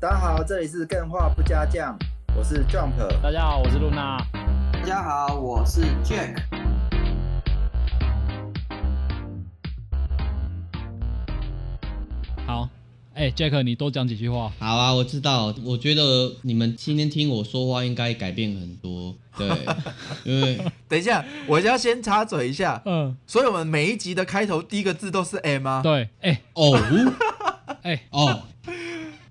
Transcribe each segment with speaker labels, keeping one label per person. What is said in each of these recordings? Speaker 1: 大家好，这里是更画不加酱，我是 Jump。
Speaker 2: 大家好，我是露娜。
Speaker 3: 大家好，我是 Jack。
Speaker 2: 好，哎、j a c k 你多讲几句话。
Speaker 4: 好啊，我知道。我觉得你们今天听我说话应该改变很多，对， 因为
Speaker 5: 等一下，我要先插嘴一下。
Speaker 2: 嗯，
Speaker 5: 所以我们每一集的开头第一个字都是 M 啊。
Speaker 2: 对，哎、
Speaker 4: 哦
Speaker 2: 哎、
Speaker 4: 哦，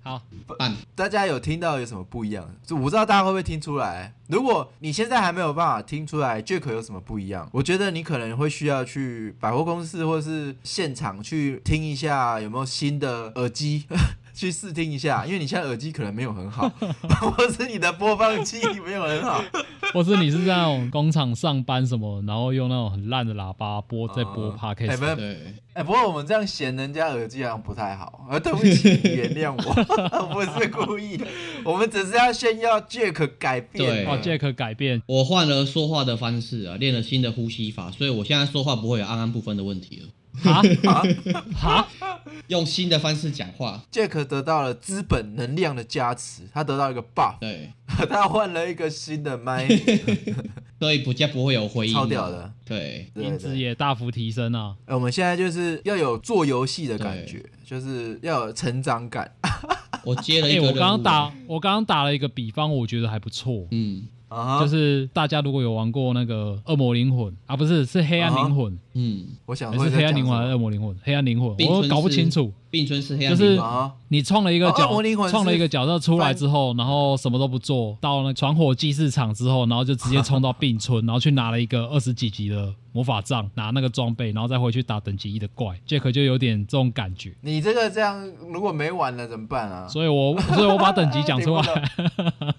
Speaker 2: 好，
Speaker 4: 办
Speaker 5: 大家有听到有什么不一样？就我不知道大家会不会听出来。如果你现在还没有办法听出来 Jack 有什么不一样，我觉得你可能会需要去百货公司或是现场去听一下有没有新的耳机。 去试听一下，因为你现在耳机可能没有很好， 或是你的播放器没有很好。
Speaker 2: 或是你是在那种工厂上班什么，然后用那种很烂的喇叭播在播
Speaker 5: 嗯
Speaker 2: podcast，、
Speaker 5: 哎不是
Speaker 4: 对，
Speaker 5: 哎、不过我们这样嫌人家耳机好像不太好，呃，对不起，你原谅我， 我不是故意的，我们只是要炫耀 Jack 改变
Speaker 4: 对
Speaker 5: 了。
Speaker 2: 哦，Jack 改 变，
Speaker 4: 我换了说话的方式啊，练了新的呼吸法，所以我现在说话不会有安安不分的问题了。
Speaker 5: 啊
Speaker 2: 哈 哈，
Speaker 4: 用新的方式讲话，
Speaker 5: Jack 得到了资本能量的加持，他得到一个 buff，
Speaker 4: 对，
Speaker 5: 他换了一个新的麦，
Speaker 4: 所以不加不会有回音，
Speaker 5: 超屌的。
Speaker 4: 对，
Speaker 5: 对
Speaker 2: 音
Speaker 5: 对
Speaker 2: 质也大幅提升啊。
Speaker 5: 哎我们现在就是要有做游戏的感觉，就是要有成长感
Speaker 4: 我接 了
Speaker 2: 哎、
Speaker 4: 一个
Speaker 2: 我
Speaker 4: 任务
Speaker 2: 刚刚打，我刚刚打了一个比方，我觉得还不错。
Speaker 4: 嗯
Speaker 5: 啊哈。
Speaker 2: 就是大家如果有玩过那个《恶魔灵魂》啊，不是是《黑暗灵魂
Speaker 4: 嗯，
Speaker 5: 我》，想
Speaker 2: 还
Speaker 5: 会
Speaker 2: 是《黑暗灵魂》还是《
Speaker 5: 啊
Speaker 2: 恶魔灵魂》？《黑暗灵魂》
Speaker 4: 并
Speaker 2: 我
Speaker 4: 村
Speaker 2: 搞不
Speaker 4: 是
Speaker 2: 清楚。
Speaker 4: 并村是黑暗
Speaker 2: 就
Speaker 4: 灵
Speaker 2: 是
Speaker 4: 魂
Speaker 5: 啊
Speaker 2: 你创了一个
Speaker 5: 哦
Speaker 2: 角，
Speaker 5: 恶魔灵魂是
Speaker 2: 创了一个角色出来之后，然后什么都不做，到那传火祭市场之后，然后就直接冲到并村，然后去拿了一个 二十几级的魔法杖，拿那个装备，然后再回去打等级一的怪。Jack 就有点这种感觉，
Speaker 5: 你这个这样如果没玩了怎么办啊？
Speaker 2: 所以我所以我把等级讲 出
Speaker 5: 听
Speaker 2: 来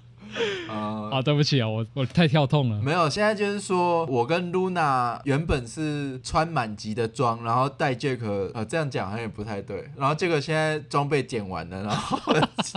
Speaker 5: 啊、
Speaker 2: 啊，对不起啊，我我太跳痛了。
Speaker 5: 没有，现在就是说我跟 Luna 原本是穿满级的装，然后带 Jack，呃，这样讲好像也不太对。然后 Jack 现在装备减完了，然后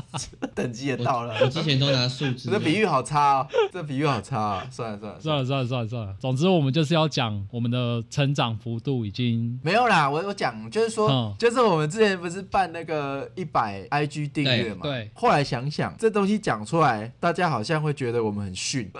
Speaker 5: 等级也到了。
Speaker 4: 我之前都拿树枝，
Speaker 5: 这比喻好差哦，这比喻好差哦，算了算
Speaker 2: 算
Speaker 5: 了算了，
Speaker 2: 了算了算了算了，总之我们就是要讲我们的成长幅度已经
Speaker 5: 没有啦，我我讲就是说，
Speaker 2: 嗯
Speaker 5: 就是我们之前不是办那个一百 IG 订阅嘛，
Speaker 2: 对对
Speaker 5: 后来想想这东西讲出来，大家好像会觉得我们很逊。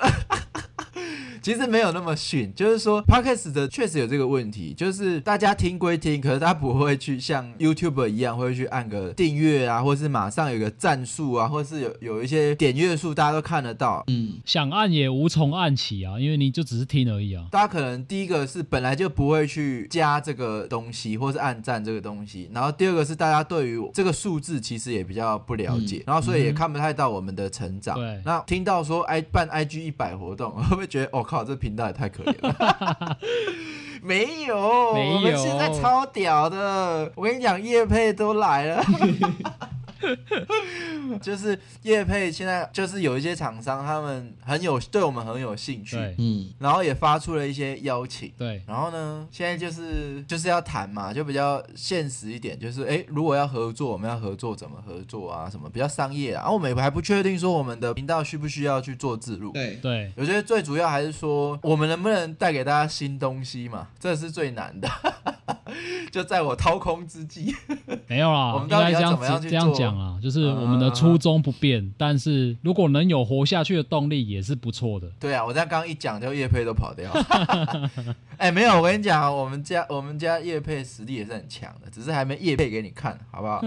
Speaker 5: 其实没有那么逊，就是说 podcast 的确实有这个问题，就是大家听归听，可是他不会去像 YouTube 一样，会去按个订阅啊，或是马上有个赞数啊，或是有有一些点阅数，大家都看得到。
Speaker 4: 嗯，
Speaker 2: 想按也无从按起啊，因为你就只是听而已啊。
Speaker 5: 大家可能第一个是本来就不会去加这个东西，或是暗赞这个东西，然后第二个是大家对于这个数字其实也比较不了解，然后所以也看不太到我们的成长。
Speaker 2: 嗯对
Speaker 5: 那听到说 i 办 IG 一百活动，会不会觉得我、哦靠，这频道也太可怜了？ 没有，
Speaker 2: 没有
Speaker 5: 我们现在超屌的。我跟你讲，叶配都来 了。就是叶配现在就是有一些厂商，他们很有对我们很有兴趣，
Speaker 2: 对
Speaker 4: 嗯，
Speaker 5: 然后也发出了一些邀请。
Speaker 2: 对，
Speaker 5: 然后呢，现在就是就是要谈嘛，就比较现实一点，就是诶，如果要合作，我们要合作怎么合作啊？什么比较商业啊？然后我们也还不确定说我们的频道需不需要去做自录。
Speaker 4: 对，
Speaker 2: 对，
Speaker 5: 我觉得最主要还是说，我们能不能带给大家新东西嘛，这是最难的。 就在我掏空之际，
Speaker 2: 没有啦，
Speaker 5: 我
Speaker 2: 应
Speaker 5: 们到
Speaker 2: 该
Speaker 5: 底
Speaker 2: 这
Speaker 5: 要
Speaker 2: 样
Speaker 5: 怎么样
Speaker 2: 子
Speaker 5: 去
Speaker 2: 这样
Speaker 5: 做嗯
Speaker 2: 讲啊，就是我们的初衷不变，但是如果能有活下去的动力，也是不错的。
Speaker 5: 对啊，我这样刚刚一讲，就叶配都跑掉。哎、没有，我跟你讲啊，我们家我们家叶配实力也是很强的，只是还没叶配给你看，好不好？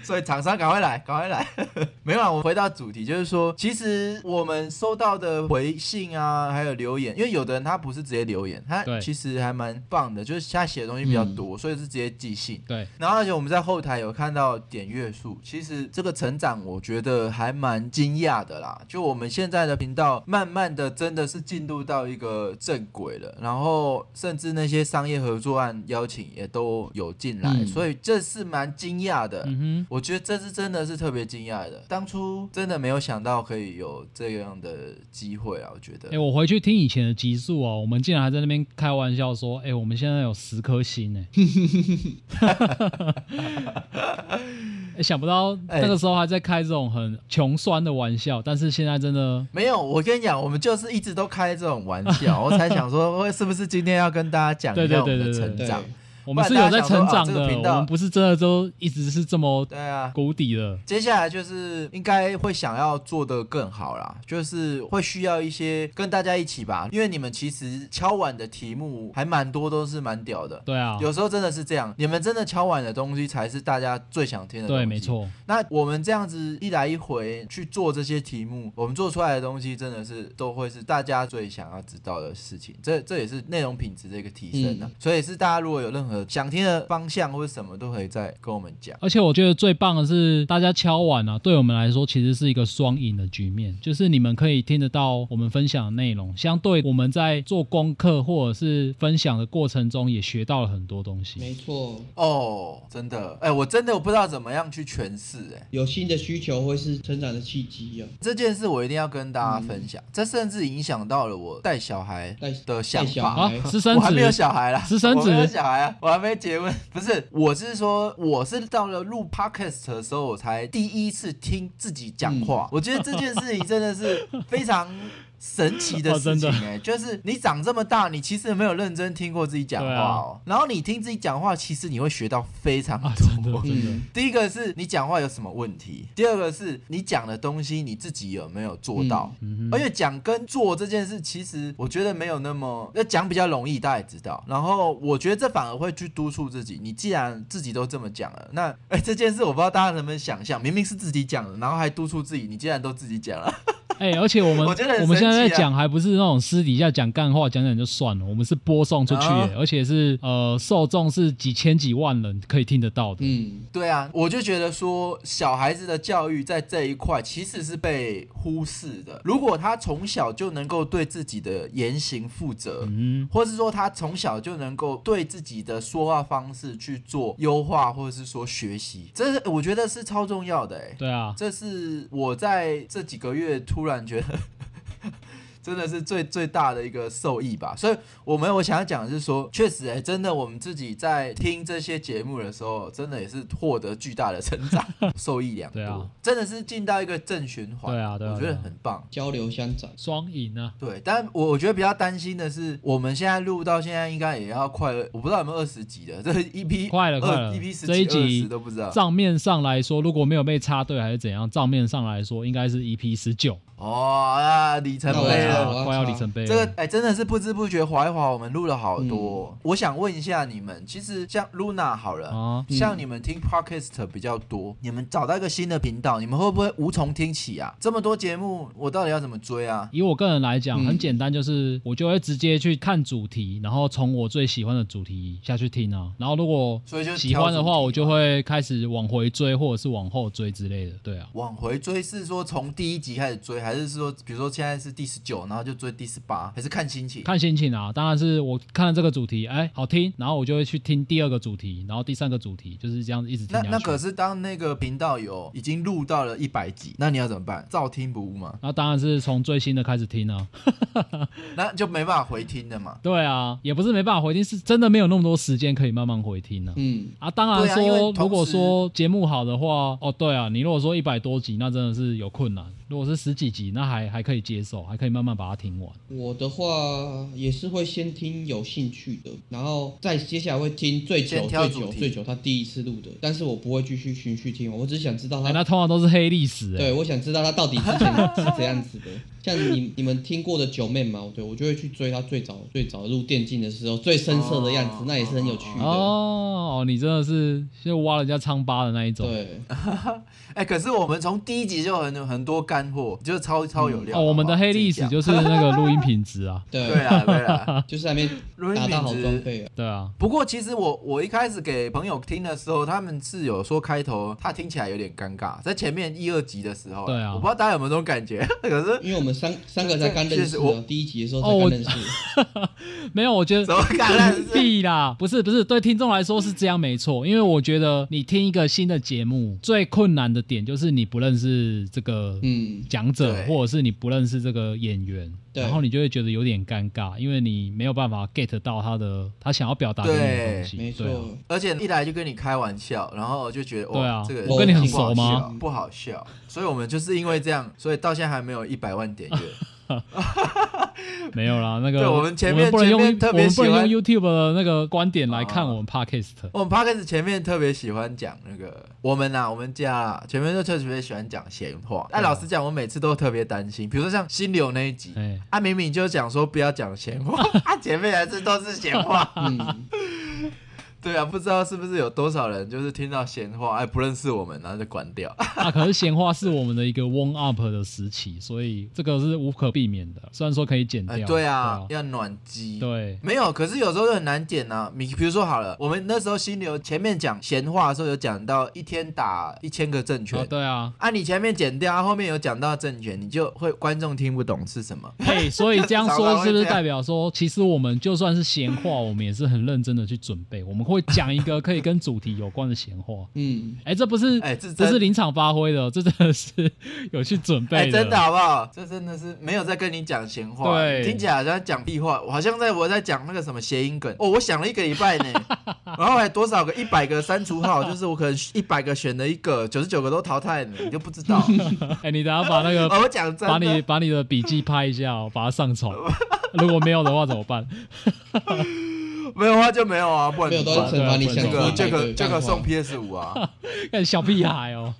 Speaker 5: 所以厂商赶快来，赶快来！ 没有啊，我回到主题，就是说，其实我们收到的回信啊，还有留言，因为有的人他不是直接留言，他
Speaker 2: 对
Speaker 5: 其实还蛮棒的，就是他写的东西比较多，所以是直接寄信。
Speaker 2: 对，
Speaker 5: 然后而且我们在后台有看到点阅数，其实这个成长我觉得还蛮惊讶的啦。就我们现在的频道，慢慢的真的是进入到一个正轨了，然后甚至那些商业合作案邀请也都有进来，
Speaker 4: 嗯
Speaker 5: 所以这是蛮惊讶的。
Speaker 2: 嗯
Speaker 5: 我觉得这次真的是特别惊讶的，当初真的没有想到可以有这样的机会啊！我觉得
Speaker 2: 哼，哎，，我回去听以前的集数啊，我们竟然还在那边开玩笑说，哎，我们现在有十颗星呢。 哎想不到
Speaker 5: 哎
Speaker 2: 那个时候还在开这种很穷酸的玩笑，但是现在真的
Speaker 5: 没有，我跟你讲，我们就是一 直都开这种玩笑，我才想说，会是不是今天要跟大家讲
Speaker 2: 对
Speaker 5: 一
Speaker 2: 对
Speaker 5: 下我
Speaker 2: 对
Speaker 5: 们的
Speaker 2: 对对
Speaker 5: 成
Speaker 4: 对
Speaker 5: 长。
Speaker 2: 我们是有在成长
Speaker 5: 不然大家想
Speaker 2: 的，
Speaker 5: 说啊这个频
Speaker 2: 我
Speaker 5: 道
Speaker 2: 们不是真的都一直是这么
Speaker 5: 对啊，
Speaker 2: 谷底的。
Speaker 5: 接下来就是应该会想要做得更好啦，就是会需要一些跟大家一起吧，因为你们其实敲碗的题目还蛮多，都是蛮屌的。
Speaker 2: 对啊，
Speaker 5: 有时候真的是这样，你们真的敲碗的东西才是大家最想听的东西。
Speaker 2: 对，没。错，
Speaker 5: 那我们这样子一来一回去做这些题目，我们做出来的东西真的是都会是大家最想要知道的事情。这这也是内容品质的一个提升啊。所以是大家如果有任何想听的方向或者什么，都可以再跟我们讲。
Speaker 2: 而且我觉得最棒的是，大家敲碗啊，对我们来说其实是一个双赢的局面，就是你们可以听得到我们分享的内容，相对我们在做功课或者是分享的过程中也学到了很多东西。
Speaker 4: 没错，
Speaker 5: 哦，真的，哎、我真的我不知道怎么样去诠释、哎，
Speaker 4: 有新的需求会是成长的契机啊。
Speaker 5: 这件事我一定要跟大家分享，这甚至影响到了我带小孩
Speaker 4: 嗯带
Speaker 5: 的想
Speaker 4: 带小
Speaker 5: 法。
Speaker 2: 啊
Speaker 4: 哎，
Speaker 2: 私生
Speaker 5: 我还没有
Speaker 2: 子，
Speaker 5: 小孩啦，
Speaker 2: 私生子
Speaker 5: 我没有小孩啊，我还没结婚。不是，我是说，我是到了录 podcast 的时候，我才第一次听自己讲话。
Speaker 4: 嗯
Speaker 5: 我觉得这件事情真的是非常神奇的事情
Speaker 2: 哦真
Speaker 5: 哎、就是你长这么大，你其实没有认真听过自己讲话
Speaker 2: 啊
Speaker 5: 哦、然后你听自己讲话，其实你会学到非常多。
Speaker 2: 啊真的真的
Speaker 4: 嗯，
Speaker 5: 第一个是你讲话有什么问题，第二个是你讲的东西你自己有没有做到。
Speaker 2: 嗯
Speaker 5: 而
Speaker 2: 哼，
Speaker 5: 且讲跟做这件事，其实我觉得没有那么，要讲比较容易，大家也知道。然后我觉得这反而会去督促自己，你既然自己都这么讲了，那 哎、这件事我不知道大家能不能想象，明明是自己讲的，然后还督促自己，你既然都自己讲了，
Speaker 2: 哎、而且我们
Speaker 5: 我觉得很
Speaker 2: 我们现在
Speaker 5: 神奇
Speaker 2: 在
Speaker 5: 啊
Speaker 2: 讲，还不是那种私底下讲干话，讲讲就算了，我们是播送出去的、
Speaker 5: 啊
Speaker 2: 而且是呃受众是几千几万人可以听得到的。
Speaker 4: 嗯，
Speaker 5: 对啊，我就觉得说，小孩子的教育在这一块其实是被忽视的。如果他从小就能够对自己的言行负责，
Speaker 2: 嗯，
Speaker 5: 或是说他从小就能够对自己的说话方式去做优化，或者是说学习，这是我觉得是超重要的哎、
Speaker 2: 对啊，
Speaker 5: 这是我在这几个月突然觉得 真的是最最大的一个受益吧。所以我们我想要讲的是说，确实哎、真的我们自己在听这些节目的时候，真的也是获得巨大的成长， 受益良多，
Speaker 2: 对啊
Speaker 5: 真的是进到一个正循环。
Speaker 2: 对啊对啊
Speaker 5: 我觉
Speaker 2: 对
Speaker 5: 得
Speaker 2: 啊
Speaker 5: 很棒。
Speaker 4: 交流相长。
Speaker 2: 双赢啊，
Speaker 5: 对，但我我觉得比较担心的是，我们现在录到现在应该也要快，我不知道有没有二十集的，这 EP
Speaker 2: 快了快了
Speaker 5: ，EP 十
Speaker 2: 这一
Speaker 5: 几
Speaker 2: 集
Speaker 5: 二十都不知道。
Speaker 2: 账面上来说，如果没有被插队还是怎样，账面上来说应该是 EP 十九，
Speaker 5: 哦，啊，里程
Speaker 4: 那我
Speaker 5: 碑
Speaker 4: 要
Speaker 5: 了。
Speaker 4: 查
Speaker 2: 快要里程碑了。
Speaker 5: 这个哎、真的是不知不觉划一划，我们录了好多。我想问一下你们，其实像 Luna 好了，
Speaker 2: 啊，
Speaker 5: 像你们听 podcast 比较多，你们找到一个新的频道，你们会不会无从听起啊？这么多节目，我到底要怎么追啊？
Speaker 2: 以我个人来讲，
Speaker 4: 嗯
Speaker 2: 很简单，就是我就会直接去看主题，然后从我最喜欢的主题下去听啊。然后如果
Speaker 5: 所以就
Speaker 2: 喜欢的话，
Speaker 5: 挑主题
Speaker 2: 我就会开始往回追，或者是往后追之类的。对啊，
Speaker 5: 往回追是说从第一集开始追，还是说比如说现在是第十九，然后就追第十八，还是看心情？
Speaker 2: 看心情啊。当然是我看了这个主题，哎，好听，然后我就会去听第二个主题，然后第三个主题，就是这样子一直听
Speaker 5: 那
Speaker 2: 下去。
Speaker 5: 那可是当那个频道有已经录到了一百集，那你要怎么办？照听不误吗？
Speaker 2: 那当然是从最新的开始听啊。
Speaker 5: 那就没办法回听的嘛。
Speaker 2: 对啊，也不是没办法回听，是真的没有那么多时间可以慢慢回听呢、啊。
Speaker 4: 嗯，
Speaker 2: 当然
Speaker 5: 对啊因为
Speaker 2: 说，
Speaker 5: 同
Speaker 2: 如
Speaker 5: 时
Speaker 2: 果说节目好的话，哦，对啊，你如果说一百多集，那真的是有困难；如果是十几集，那还还可以接受，还可以慢慢把它听完。
Speaker 4: 我的话也是会先听有兴趣的，然后再接下来会听最久
Speaker 5: 先挑
Speaker 4: 最
Speaker 5: 主
Speaker 4: 久
Speaker 5: 题
Speaker 4: 最久他第一次录的，但是我不会继续循序听完，我只是想知道
Speaker 2: 哎、
Speaker 4: 他
Speaker 2: 那通常都是黑历史、哎，
Speaker 4: 对，我想知道他到底之前 是怎样子的。像你你们听过的九妹嘛，对我就会去追他最早最早入电竞的时候最深色的样子，
Speaker 5: 哦
Speaker 4: 那也是很有趣的。
Speaker 2: 哦，你真的是就挖人家疮疤的那一种。
Speaker 4: 对，
Speaker 5: 哎、可是我们从第一集就很很多干货，就是超超有料
Speaker 2: 哦，我们的黑历史就是那个录音品质啊。
Speaker 4: 对，
Speaker 5: 对啦对 啦。
Speaker 4: 就是还没
Speaker 5: 录音
Speaker 4: 打到
Speaker 5: 品
Speaker 4: 好
Speaker 5: 质
Speaker 4: 装备啊。
Speaker 2: 对啊，
Speaker 5: 不过其实我我一开始给朋友听的时候，他们是有说开头他听起来有点尴尬，在前面一二集的时候，
Speaker 2: 对啊
Speaker 5: 我不知道大家有没有这种感觉，可是
Speaker 4: 因为我们三三个才刚认识
Speaker 5: 确实我
Speaker 4: 啊，第一集的时候
Speaker 2: 哦
Speaker 4: 才
Speaker 2: 我
Speaker 4: 刚认识，
Speaker 2: 没有，我觉得
Speaker 5: 怎么感染是
Speaker 2: 必啦，不是不是，对听众来说是这样没错，因为我觉得你听一个新的节目，最困难的点就是你不认识这个
Speaker 4: 嗯，
Speaker 2: 讲者，
Speaker 5: 对
Speaker 2: 或者是你不认识这个演员，
Speaker 4: 对
Speaker 2: 然后你就会觉得有点尴尬，因为你没有办法 get 到他的他想要表达给你的东西，
Speaker 4: 没
Speaker 2: 对啊
Speaker 4: 错，
Speaker 5: 而且一来就跟你开玩笑，然后就觉得
Speaker 2: 对
Speaker 5: 哇，
Speaker 2: 啊
Speaker 5: 这个
Speaker 2: 我
Speaker 4: 跟你很
Speaker 5: 不好
Speaker 2: 熟吗
Speaker 5: 笑 不好笑，所以我们就是因为这样，所以到现在还没有一百万点阅。
Speaker 2: 没有啦，那个
Speaker 5: 对我们前面
Speaker 2: 我不能
Speaker 5: 前
Speaker 2: 用
Speaker 5: 面特别
Speaker 2: 我们不
Speaker 5: 喜
Speaker 2: 能
Speaker 5: 欢
Speaker 2: 用 YouTube 的那个观点来看我
Speaker 5: 哦
Speaker 2: 们 Podcast。
Speaker 5: 我们 p o d c a s 前面特别喜欢讲那个我们呐、啊，我们家、啊、前面就特别喜欢讲闲话。
Speaker 2: 啊
Speaker 5: 但老实讲，我每次都特别担心，比如说像心流那一集，
Speaker 2: 哎，
Speaker 5: 啊，明明就讲说不要讲闲 话，啊，前面还是都是闲话。
Speaker 4: 嗯，
Speaker 5: 对啊，不知道是不是有多少人就是听到闲话，哎，不认识我们，然后就关掉。
Speaker 2: 啊，可是闲话是我们的一个 warm up 的时期，所以这个是无可避免的。虽然说可以剪
Speaker 5: 哎，
Speaker 2: 掉，
Speaker 5: 对啊，要暖机。
Speaker 2: 对啊
Speaker 5: 没有，可是有时候就很难剪呐、你比如说好了，我们那时候心流前面讲闲话的时候，有讲到一天打一千个正
Speaker 2: 对，
Speaker 5: 拳
Speaker 2: 哦，。对啊，
Speaker 5: 啊，你前面剪掉，啊后面有讲到正权，你就会观众听不懂是什么。
Speaker 2: 嘿，所以这样说是不
Speaker 5: 常常会
Speaker 2: 是
Speaker 5: 这样
Speaker 2: 代表说，其实我们就算是闲话，我们也是很认真的去准备，我们会讲一个可以跟主题有关的闲话。
Speaker 4: 嗯，
Speaker 2: 哎，这不是
Speaker 5: 哎这
Speaker 2: 不
Speaker 5: 真
Speaker 2: 是临场发挥的，这真的是有去准
Speaker 5: 哎、
Speaker 2: 备
Speaker 5: 真的好不好？这真的是没有在跟你讲闲话，
Speaker 2: 对
Speaker 5: 听起来好像讲屁话，我好像在我在讲那个什么谐音梗。哦，我想了一个礼拜 呢，然后还多少个一百个删除号，就是我可能一百个选了一个，九十九个都淘汰了，你就不 知道。
Speaker 2: 哎，你等下把那个
Speaker 5: 哦，我讲真
Speaker 2: 把你
Speaker 5: 的，
Speaker 2: 把你的笔记拍一下、哦，把它上 传。如果没有的话怎么办？
Speaker 5: 没有的话就没有啊，不然
Speaker 4: 没有都
Speaker 5: 怎
Speaker 4: 是
Speaker 5: 么办
Speaker 4: 惩罚你想
Speaker 5: 这
Speaker 4: 说
Speaker 5: 个
Speaker 4: 一
Speaker 5: 这
Speaker 4: 百
Speaker 5: 个
Speaker 4: 个
Speaker 5: 这
Speaker 4: 干话
Speaker 5: 个送 PS 五啊。
Speaker 2: 看小屁孩哦，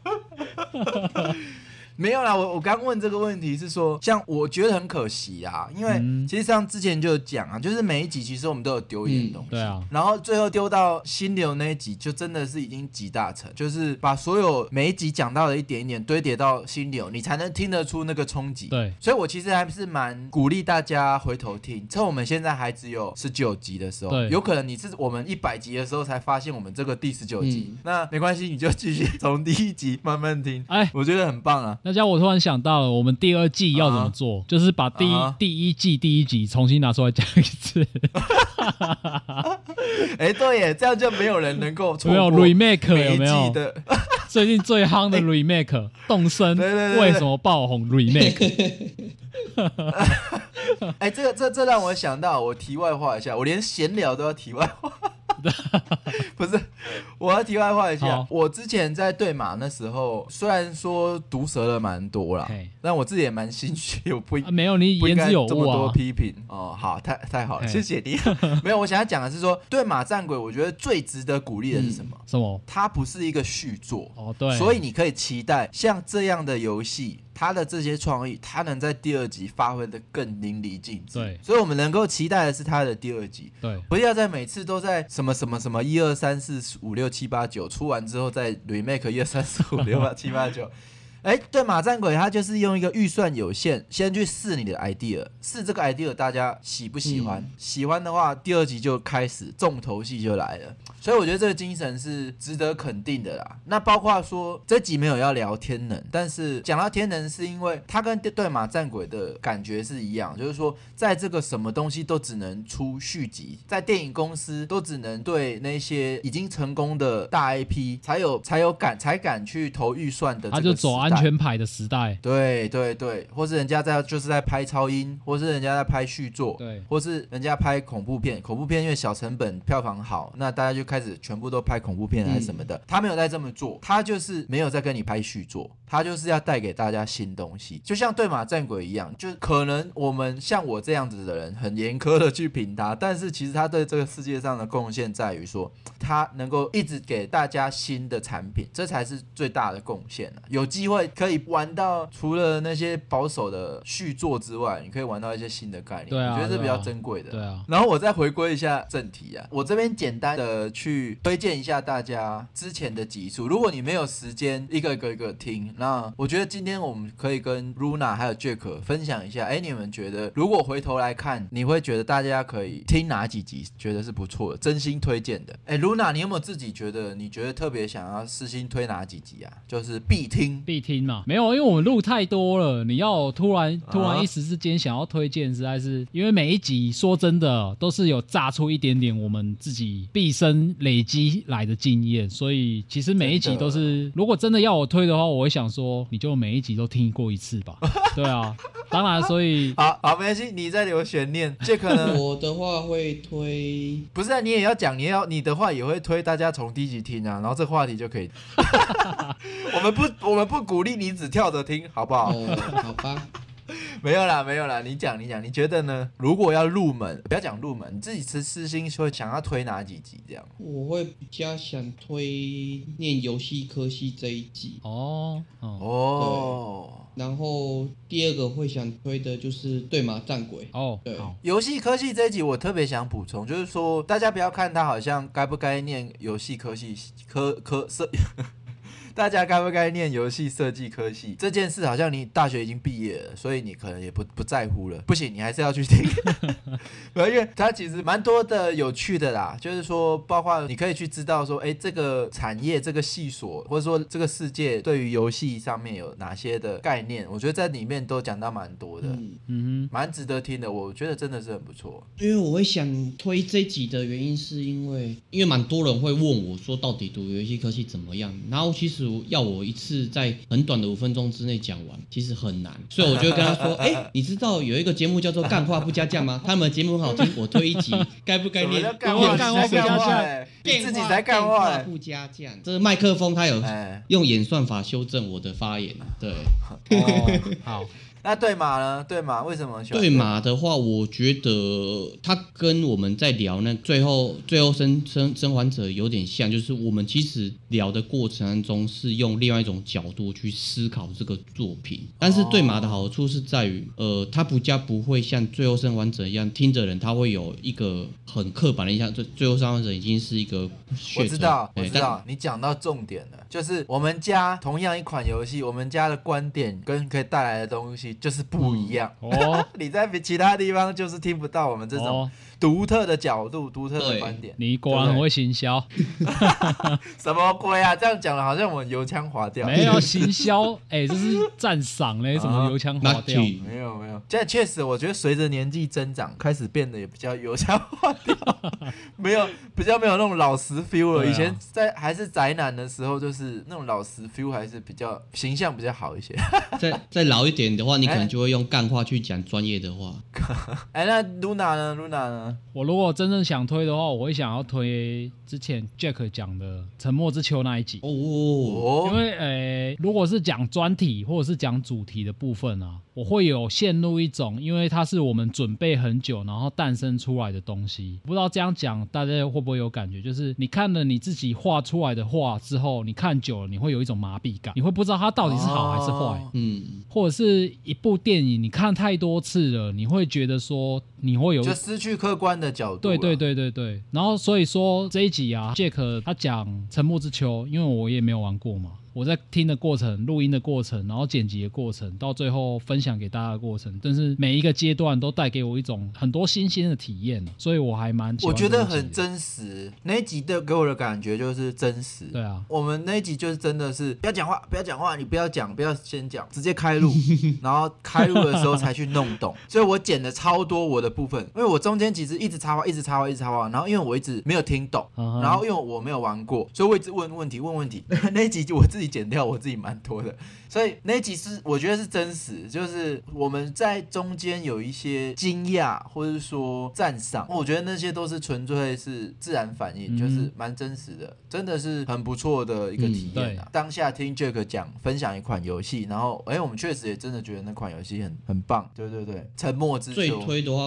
Speaker 5: 没有啦，我我刚问这个问题是说，像我觉得很可惜啊，因为
Speaker 2: 嗯
Speaker 5: 其实像之前就有讲啊，就是每一集其实我们都有丢一点东西，
Speaker 2: 对啊，
Speaker 5: 然后最后丢到心流那一集，就真的是已经集大成，就是把所有每一集讲到的一点一点堆叠到心流，你才能听得出那个冲击。
Speaker 2: 对，
Speaker 5: 所以我其实还是蛮鼓励大家回头听，趁我们现在还只有十九集的时候，
Speaker 2: 对
Speaker 5: 有可能你是我们一百集的时候才发现我们这个第十九集，
Speaker 4: 嗯
Speaker 5: 那没关系，你就继续从第一集慢慢听，
Speaker 2: 哎
Speaker 5: 我觉得很棒啊。
Speaker 2: 大家，我突然想到了，我们第二季要怎么做？就是把第一、
Speaker 5: 啊哈
Speaker 2: 第一季第一集重新拿出来讲一次，
Speaker 5: 哎，对耶，这样就没有人能够错
Speaker 2: 没有
Speaker 5: 过
Speaker 2: remake
Speaker 5: 每
Speaker 2: 有
Speaker 5: 一
Speaker 2: 没
Speaker 5: 季
Speaker 2: 有？
Speaker 5: 的。
Speaker 2: 最近最夯 的 remake、动身
Speaker 5: 对对对对
Speaker 2: 为什么爆红 remake？
Speaker 5: 哎，这个这这让我想到，我题外话一下，我连闲聊都要题外 话。不是，我要题外话一下
Speaker 2: 好。
Speaker 5: 我之前在对马那时候，虽然说毒舌了蛮多啦
Speaker 2: 嘿，
Speaker 5: 但我自己也蛮心虚，我不
Speaker 2: 哎啊、没有，你
Speaker 5: 不应
Speaker 2: 言
Speaker 5: 该
Speaker 2: 之有
Speaker 5: 这么
Speaker 2: 物
Speaker 5: 多
Speaker 2: 啊！
Speaker 5: 批评哦。好，太太好了，
Speaker 2: 嘿
Speaker 5: 谢谢 你。没有，我想要讲的是说，对马战鬼，我觉得最值得鼓励的是什么？
Speaker 2: 什么？
Speaker 5: 它不是一个续作，
Speaker 2: 哦，对，
Speaker 5: 所以你可以期待像这样的游戏，它的这些创意，它能在第二集发挥的更淋漓尽致。
Speaker 2: 对
Speaker 5: 所以我们能够期待的是它的第二集，
Speaker 2: 对
Speaker 5: 不要在每次都在什么什么什么一二三四五六七八九出完之后再 remake 一二三四五六八七八九。哎，对，马战鬼他就是用一个预算有限，先去试你的 idea，试这个 idea 大家喜不喜欢？喜欢的话，第二集就开始重头戏就来了。所以我觉得这个精神是值得肯定的啦。那包括说这集没有要聊天能，但是讲到天能，是因为它跟对马战鬼的感觉是一样，就是说在这个什么东西都只能出续集，在电影公司都只能对那些已经成功的大 IP 才有才有敢才敢去投预算的，
Speaker 2: 他就走安。全牌的时代，
Speaker 5: 对对对，或是人家在就是在拍超英，或是人家在拍续作，
Speaker 2: 对
Speaker 5: 或是人家拍恐怖片，恐怖片因为小成本票房好，那大家就开始全部都拍恐怖片还是什么
Speaker 2: 嗯
Speaker 5: 的。他没有在这么做，他就是没有在跟你拍续作，他就是要带给大家新东西，就像对马战鬼一样，就可能我们像我这样子的人很严苛的去评他，但是其实他对这个世界上的贡献在于说，他能够一直给大家新的产品，这才是最大的贡献、啊、有机会可以玩到除了那些保守的续作之外，你可以玩到一些新的概念，
Speaker 2: 对啊
Speaker 5: 我觉得这比较
Speaker 2: 对啊
Speaker 5: 珍贵的。
Speaker 2: 对啊，
Speaker 5: 然后我再回归一下正题啊，我这边简单的去推荐一下大家之前的集数。如果你没有时间一个一个一个听，那我觉得今天我们可以跟 Luna 还有 Jack 分享一下，哎，你们觉得如果回头来看，你会觉得大家可以听哪几集，觉得是不错的，真心推荐的。哎，Luna，你有没有自己觉得你觉得特别想要私心推哪几集啊？就是必听。
Speaker 2: 必听嘛。没有，因为我们录太多了，你要我突然突
Speaker 5: 啊
Speaker 2: 然一时之间想要推荐，实在是因为每一集说真的都是有炸出一点点我们自己毕生累积来的经验，所以其实每一集
Speaker 5: 真的
Speaker 2: 都是，如果真的要我推的话，我会想说你就每一集都听过一次 吧。对啊，当然，所以
Speaker 5: 好好，没关系，你在留悬念。Jack 呢？
Speaker 4: 我的话会推，
Speaker 5: 不是、啊，你也要讲，你也要你的话也会推大家从第一集听啊，然后这话题就可以。
Speaker 4: 嗯
Speaker 5: 我们不，我们不鼓励你只跳着听，好不好？
Speaker 4: 呃哦，好吧，
Speaker 5: 没有啦，没有啦，你讲，你讲，你觉得呢？如果要入门，不要讲入门，你自己私私心会想要推哪几集这样？
Speaker 4: 我会比较想推念游戏科系这一集，
Speaker 2: 哦，哦，
Speaker 5: 哦，
Speaker 4: 然后第二个会想推的就是对马战鬼。
Speaker 2: 哦
Speaker 4: 对，
Speaker 2: 好，
Speaker 5: 游戏科系这一集我特别想补充，就是说大家不要看它好像该不该念游戏科系科科设。 大家该不该念游戏设计科系这件事，好像你大学已经毕业了，所以你可能也不不在乎了。不行，你还是要去听， 因为它其实蛮多的有趣的啦。就是说，包括你可以去知道说，哎，这个产业、这个系所，或者说这个世界对于游戏上面有哪些的概念，我觉得在里面都讲到蛮多的，
Speaker 4: 嗯，
Speaker 2: 嗯
Speaker 5: 蛮值得听的。我觉得真的是很不错。
Speaker 4: 因为我会想推这集的原因，是因为因为蛮多人会问我说，到底读游戏科系怎么样？然后其实我要我一次在很短的五分钟之内讲完，其实很难，所以我就会跟他 说，哎、你知道有一个节目叫做《干话不加酱》吗？他们的节目很好听，我推一 集，该不该
Speaker 5: 什么
Speaker 4: 念？
Speaker 5: 叫干
Speaker 2: 话
Speaker 5: 话？
Speaker 2: 干
Speaker 5: 干
Speaker 2: 话
Speaker 5: 话欸
Speaker 2: 不加酱
Speaker 5: 你自己
Speaker 4: 电话
Speaker 5: 在干话欸
Speaker 4: 电
Speaker 5: 嘞。
Speaker 4: 不加酱，这是麦克风它有
Speaker 5: 哎，
Speaker 4: 用演算法修正我的发言，对。
Speaker 2: 哼，哦，好，
Speaker 5: 那对马呢？对马为什么喜欢？
Speaker 4: 对？马的话，我觉得它跟我们在聊那最后最后生生生还者有点像，就是我们其实聊的过程当中是用另外一种角度去思考这个作品。但是对马的好处是在于，呃，它不加不会像最后生还者一样，听着人他会有一个很刻板的印象，最最后生还者已经是一个哎
Speaker 5: 我
Speaker 4: 血
Speaker 5: 知道，我
Speaker 4: 对
Speaker 5: 知道，你讲到重点了，就是我们家同样一款游戏，我们家的观点跟可以带来的东西就是不一样。
Speaker 2: 哦，
Speaker 5: 你在其他地方就是听不到我 们这种
Speaker 2: 哦，
Speaker 5: 独特的角度、独特的
Speaker 4: 对
Speaker 5: 观点。
Speaker 2: 你果然很会行销，
Speaker 5: 什么鬼啊？这样讲的好像我油腔滑调。
Speaker 2: 没有行销，哎，这是赞赏嘞，怎么油腔滑
Speaker 4: 那
Speaker 2: 调？
Speaker 4: 去
Speaker 5: 没有没有，现在确实，我觉得随着年纪增长，开始变得也比较油腔滑调， 没有比较没有那种老实 feel 了。
Speaker 2: 对啊
Speaker 5: 以前在还是宅男的时候，就是那种老实 feel 还是比较形象比较好一些。
Speaker 4: 再再老一点的话，你可
Speaker 5: 哎
Speaker 4: 能就会用干话去讲专业的话。
Speaker 5: 哎，那 Luna 呢？Luna 呢？
Speaker 2: 我如果真正想推的话，我会想要推之前 Jack 讲的《沉默之丘》那一集。
Speaker 4: 哦，
Speaker 2: 因
Speaker 5: 哦，
Speaker 2: 为呃，如果是讲专题或者是讲主题的部分啊，我会有陷入一种，因为它是我们准备很久，然后诞生出来的东西。不知道这样讲大家会不会有感觉？就是你看了你自己画出来的画之后，你看久了你会有一种麻痹感，你会不知道它到底是好还是坏。
Speaker 5: 哦
Speaker 4: 嗯，
Speaker 2: 或者是一部电影，你看太多次了，你会觉得说你会有一
Speaker 5: 就失去客观的角度。
Speaker 2: 对对。对对对，然后所以说这一集啊，Jack 他讲《沉默之丘》，因为我也没有玩过嘛，我在听的过程、录音的过程，然后剪辑的过程，到最后分享给大家的过程，但是每一个阶段都带给我一种很多新鲜的体验，啊所以我还蛮喜
Speaker 5: 我
Speaker 2: 欢
Speaker 5: 觉
Speaker 2: 这一
Speaker 5: 得
Speaker 2: 集啊
Speaker 5: 很
Speaker 2: 的。
Speaker 5: 真实，那一集的给我的感觉就是真实。
Speaker 2: 对啊，
Speaker 5: 我们那一集就是真的是不要讲话，不要讲话，你不要讲，不要先讲，直接开 录，然后开录的时候才去弄懂。所以我剪了超多我的部分，因为我中间其实一直插话，一直插话，一直插话，然后因为我一直没有听懂，
Speaker 2: 嗯哼
Speaker 5: 然后因为我没有玩过，所以我一直问问题，问问题。 那一集我自己剪掉，我自己蛮多的，所以那一集是我觉得是真实，就是我们在中间有一些惊讶或者是说赞赏，我觉得那些都是纯粹是自然反应，
Speaker 2: 嗯
Speaker 5: 就是蛮真实的，真的是很不错的一个体验啊。当下听 Jack 讲分享一款游戏，然后哎，我们确实也真的觉得那款游戏很很棒，对对对，沉默之
Speaker 4: 最
Speaker 5: 丘。
Speaker 4: 推的话，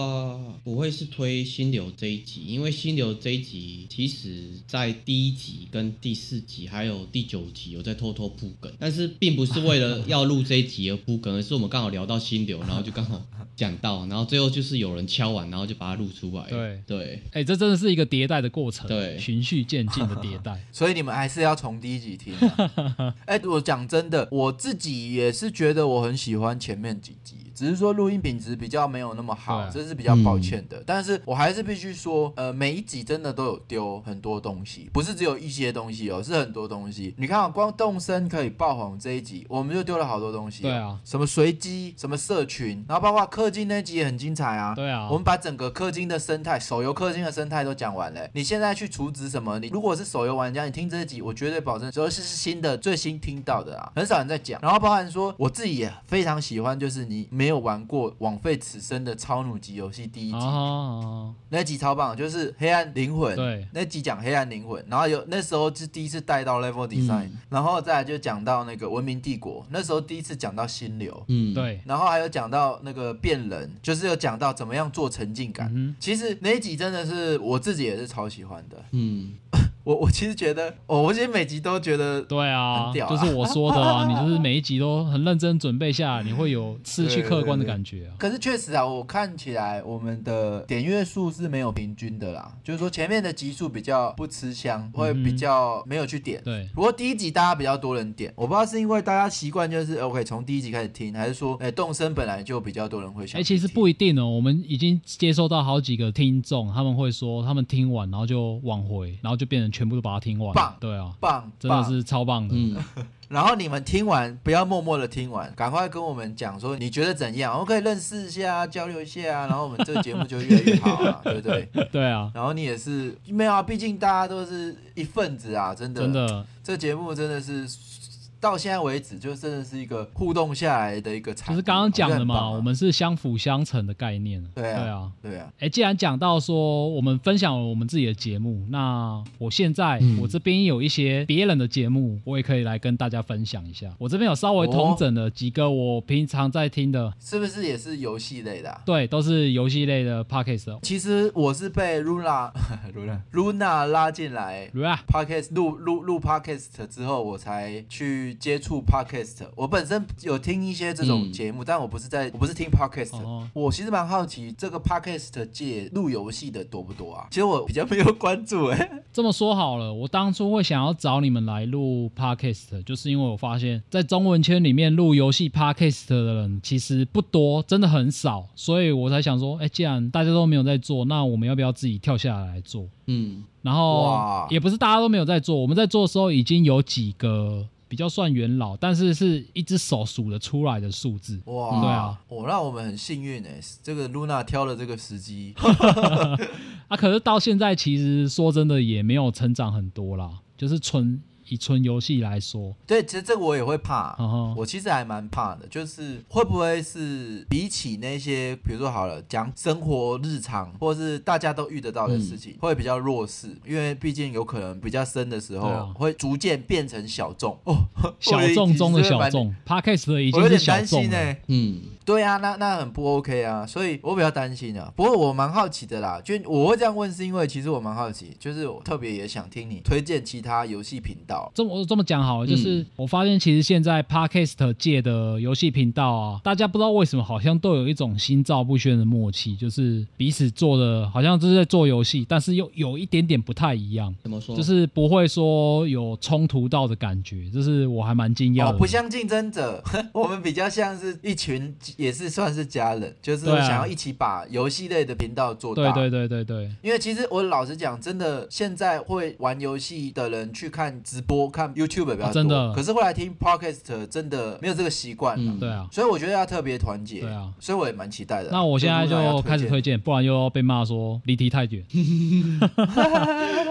Speaker 4: 我会是推心流这一集，因为心流这一集其实在第一集、跟第四集还有第九集有在偷偷铺梗，但是并不是为了要录这一集而铺梗，而是我们刚好聊到心流，然后就刚好讲到，然后最后就是有人敲完，然后就把它录出来。
Speaker 2: 对
Speaker 4: 对，
Speaker 2: 哎、这真的是一个迭代的过程，
Speaker 4: 对
Speaker 2: 循序渐进的迭
Speaker 5: 。
Speaker 2: 代
Speaker 5: 所以你们还是要从第一集听、啊。 哎、我讲真的，我自己也是觉得我很喜欢前面几集，只是说录音品质比较没有那么好，
Speaker 2: 对啊嗯
Speaker 5: 这是比较抱歉的。但是我还是必须说，呃，每一集真的都有丢很多东西，不是只有一些东西哦，是很多东西。你看、啊，光动身可以爆红这一集，我们就丢了好多东西、哦
Speaker 2: 对啊，
Speaker 5: 什么随机，什么社群，然后包括氪金那集也很精彩啊。
Speaker 2: 对啊
Speaker 5: 我们把整个氪金的生态，手游氪金的生态都讲完了。你现在去储值什么？你如果是手游玩家，你听这一集，我绝对保证，主要是是新的最新听到的啊，很少人在讲。然后包含说，我自己也非常喜欢，就是你每没有玩过枉费此生的超弩级游戏第一集，
Speaker 2: 啊，
Speaker 5: 那集超棒，就是黑暗灵魂，
Speaker 2: 对
Speaker 5: 那集讲黑暗灵魂，然后有那时候是第一次带到 level design，、然后再来就讲到那个文明帝国，那时候第一次讲到心流，
Speaker 4: 嗯，，
Speaker 2: 对，
Speaker 5: 然后还有讲到那个变人，就是有讲到怎么样做沉浸感。
Speaker 2: 嗯
Speaker 5: 其实那一集真的是我自己也是超喜欢的，
Speaker 4: 嗯，
Speaker 5: 我我其实觉得，哦，我其实每集都觉得
Speaker 2: 哼，对啊，
Speaker 5: 很屌啊
Speaker 2: 就是我说的 啊，你就是每一集都很认真准备下来，你会有失去客观的感觉啊。
Speaker 5: 可是确实啊，我看起来我们的点阅数是没有平均的啦，就是说前面的集数比较不吃香，会比较没有去点。
Speaker 2: 嗯对
Speaker 5: 不过第一集大家比较多人点，我不知道是因为大家习惯就是 OK 从第一集开始听，还是说哎、动身本来就比较多人会想。
Speaker 2: 哎、其实不一定哦，我们已经接收到好几个听众，他们会说他们听完然后就往回，然后就变成全部都把它听完
Speaker 5: 棒
Speaker 2: 了。对啊，
Speaker 5: 棒，
Speaker 2: 真的
Speaker 5: 棒
Speaker 2: 是超棒的。
Speaker 4: 嗯，
Speaker 5: 然后你们听完，不要默默的听完，赶快跟我们讲说你觉得怎样，我们可以认识一下啊，交流一下啊，然后我们这个节目就越来越好 啊，对不对？
Speaker 2: 对啊，
Speaker 5: 然后你也是没有啊，毕竟大家都是一份子啊，真的，
Speaker 2: 真，的
Speaker 5: 这节目真的是到现在为止，就真的是一个互动下来的一个产物，
Speaker 2: 就是刚刚讲的
Speaker 5: 我觉得很
Speaker 2: 嘛，
Speaker 5: 棒啊
Speaker 2: 我们是相辅相成的概念。
Speaker 5: 对啊
Speaker 2: 对啊。
Speaker 5: 对啊，
Speaker 2: 哎，既然讲到说我们分享了我们自己的节目，那我现在、
Speaker 4: 嗯
Speaker 2: 我这边有一些别人的节目，我也可以来跟大家分享一下。我这边有稍
Speaker 5: 哦
Speaker 2: 微统整了几个我平常在听的，
Speaker 5: 是不是也是游戏类的、啊？
Speaker 2: 对，都是游戏类的 podcast。
Speaker 5: 其实我是被 Luna Luna Luna 拉进来
Speaker 2: Rua，
Speaker 5: podcast 录录录 podcast 之后，我才去接触 podcast。我本身有听一些这种
Speaker 4: 嗯
Speaker 5: 节目，但我不是在，我不是听 podcast。
Speaker 2: 哦
Speaker 5: 我其实蛮好奇，这个 podcast 界录游戏的多不多啊？其实我比较没有关注、欸，哎，
Speaker 2: 这么说好了，我当初会想要找你们来录 podcast，就是因为我发现，在中文圈里面录游戏 podcast 的人其实不多，真的很少，所以我才想说，哎，既然大家都没有在做，那我们要不要自己跳下来做？
Speaker 4: 嗯，
Speaker 2: 然后
Speaker 5: 哇
Speaker 2: 也不是大家都没有在做，我们在做的时候已经有几个比较算元老，但是是一只手数得出来的数字。
Speaker 5: 哇，
Speaker 2: 对啊，
Speaker 5: 哦，那我们很幸运哎、这个 Luna 挑了这个时机，
Speaker 2: 啊，可是到现在其实说真的也没有成长很多啦，就是纯以纯游戏来说，啊
Speaker 5: 对，其实这个我也会怕。
Speaker 2: 然后
Speaker 5: 我其实还蛮怕的，就是会不会是比起那些，比如说好了，讲生活日常或是大家都遇得到的事
Speaker 2: 嗯
Speaker 5: 情，会比较弱势，因为毕竟有可能比较深的时候，
Speaker 2: 对啊
Speaker 5: 会逐渐变成小众哦，
Speaker 2: 小众中的小，众，podcast 的已
Speaker 5: 我
Speaker 2: 经
Speaker 5: 有
Speaker 2: 是
Speaker 5: 点
Speaker 2: 小
Speaker 5: 担
Speaker 2: 众
Speaker 5: 心欸呢、
Speaker 2: 了。
Speaker 4: 嗯，
Speaker 5: 对啊，那那很不 OK 啊，所以我比较担心啊。不过我蛮好奇的啦，就我会这样问，是因为其实我蛮好奇，就是我特别也想听你推荐其他游戏频道。
Speaker 2: 这么这么讲好了，就是
Speaker 4: 嗯
Speaker 2: 我发现其实现在 podcast 界的游戏频道啊，大家不知道为什么好像都有一种心照不宣的默契，就是彼此做的好像就是在做游戏，但是又有一点点不太一样，
Speaker 4: 怎么
Speaker 5: 哦
Speaker 4: 说？嗯
Speaker 2: 就是不会说有冲突到的感觉，就是我还蛮惊讶
Speaker 5: 哦，
Speaker 2: 的。
Speaker 5: 不像竞争者， 我们比较像是一群，也是算是家人，就是
Speaker 2: 对啊
Speaker 5: 想要一起把游戏类的频道做大。
Speaker 2: 对对对对对，
Speaker 5: 因为其实我老实讲，真的现在会玩游戏的人去看直播、看 YouTube 比较多，
Speaker 2: 啊真的
Speaker 5: 可是会来听 Podcast，真的没有这个习惯啊、
Speaker 4: 嗯
Speaker 2: 对啊。
Speaker 5: 所以我觉得要特别团结。
Speaker 2: 对啊
Speaker 5: 所以我也蛮期待的。
Speaker 2: 那我现在
Speaker 5: 如果要
Speaker 2: 就开始推荐，不然又要被骂说离题太 远。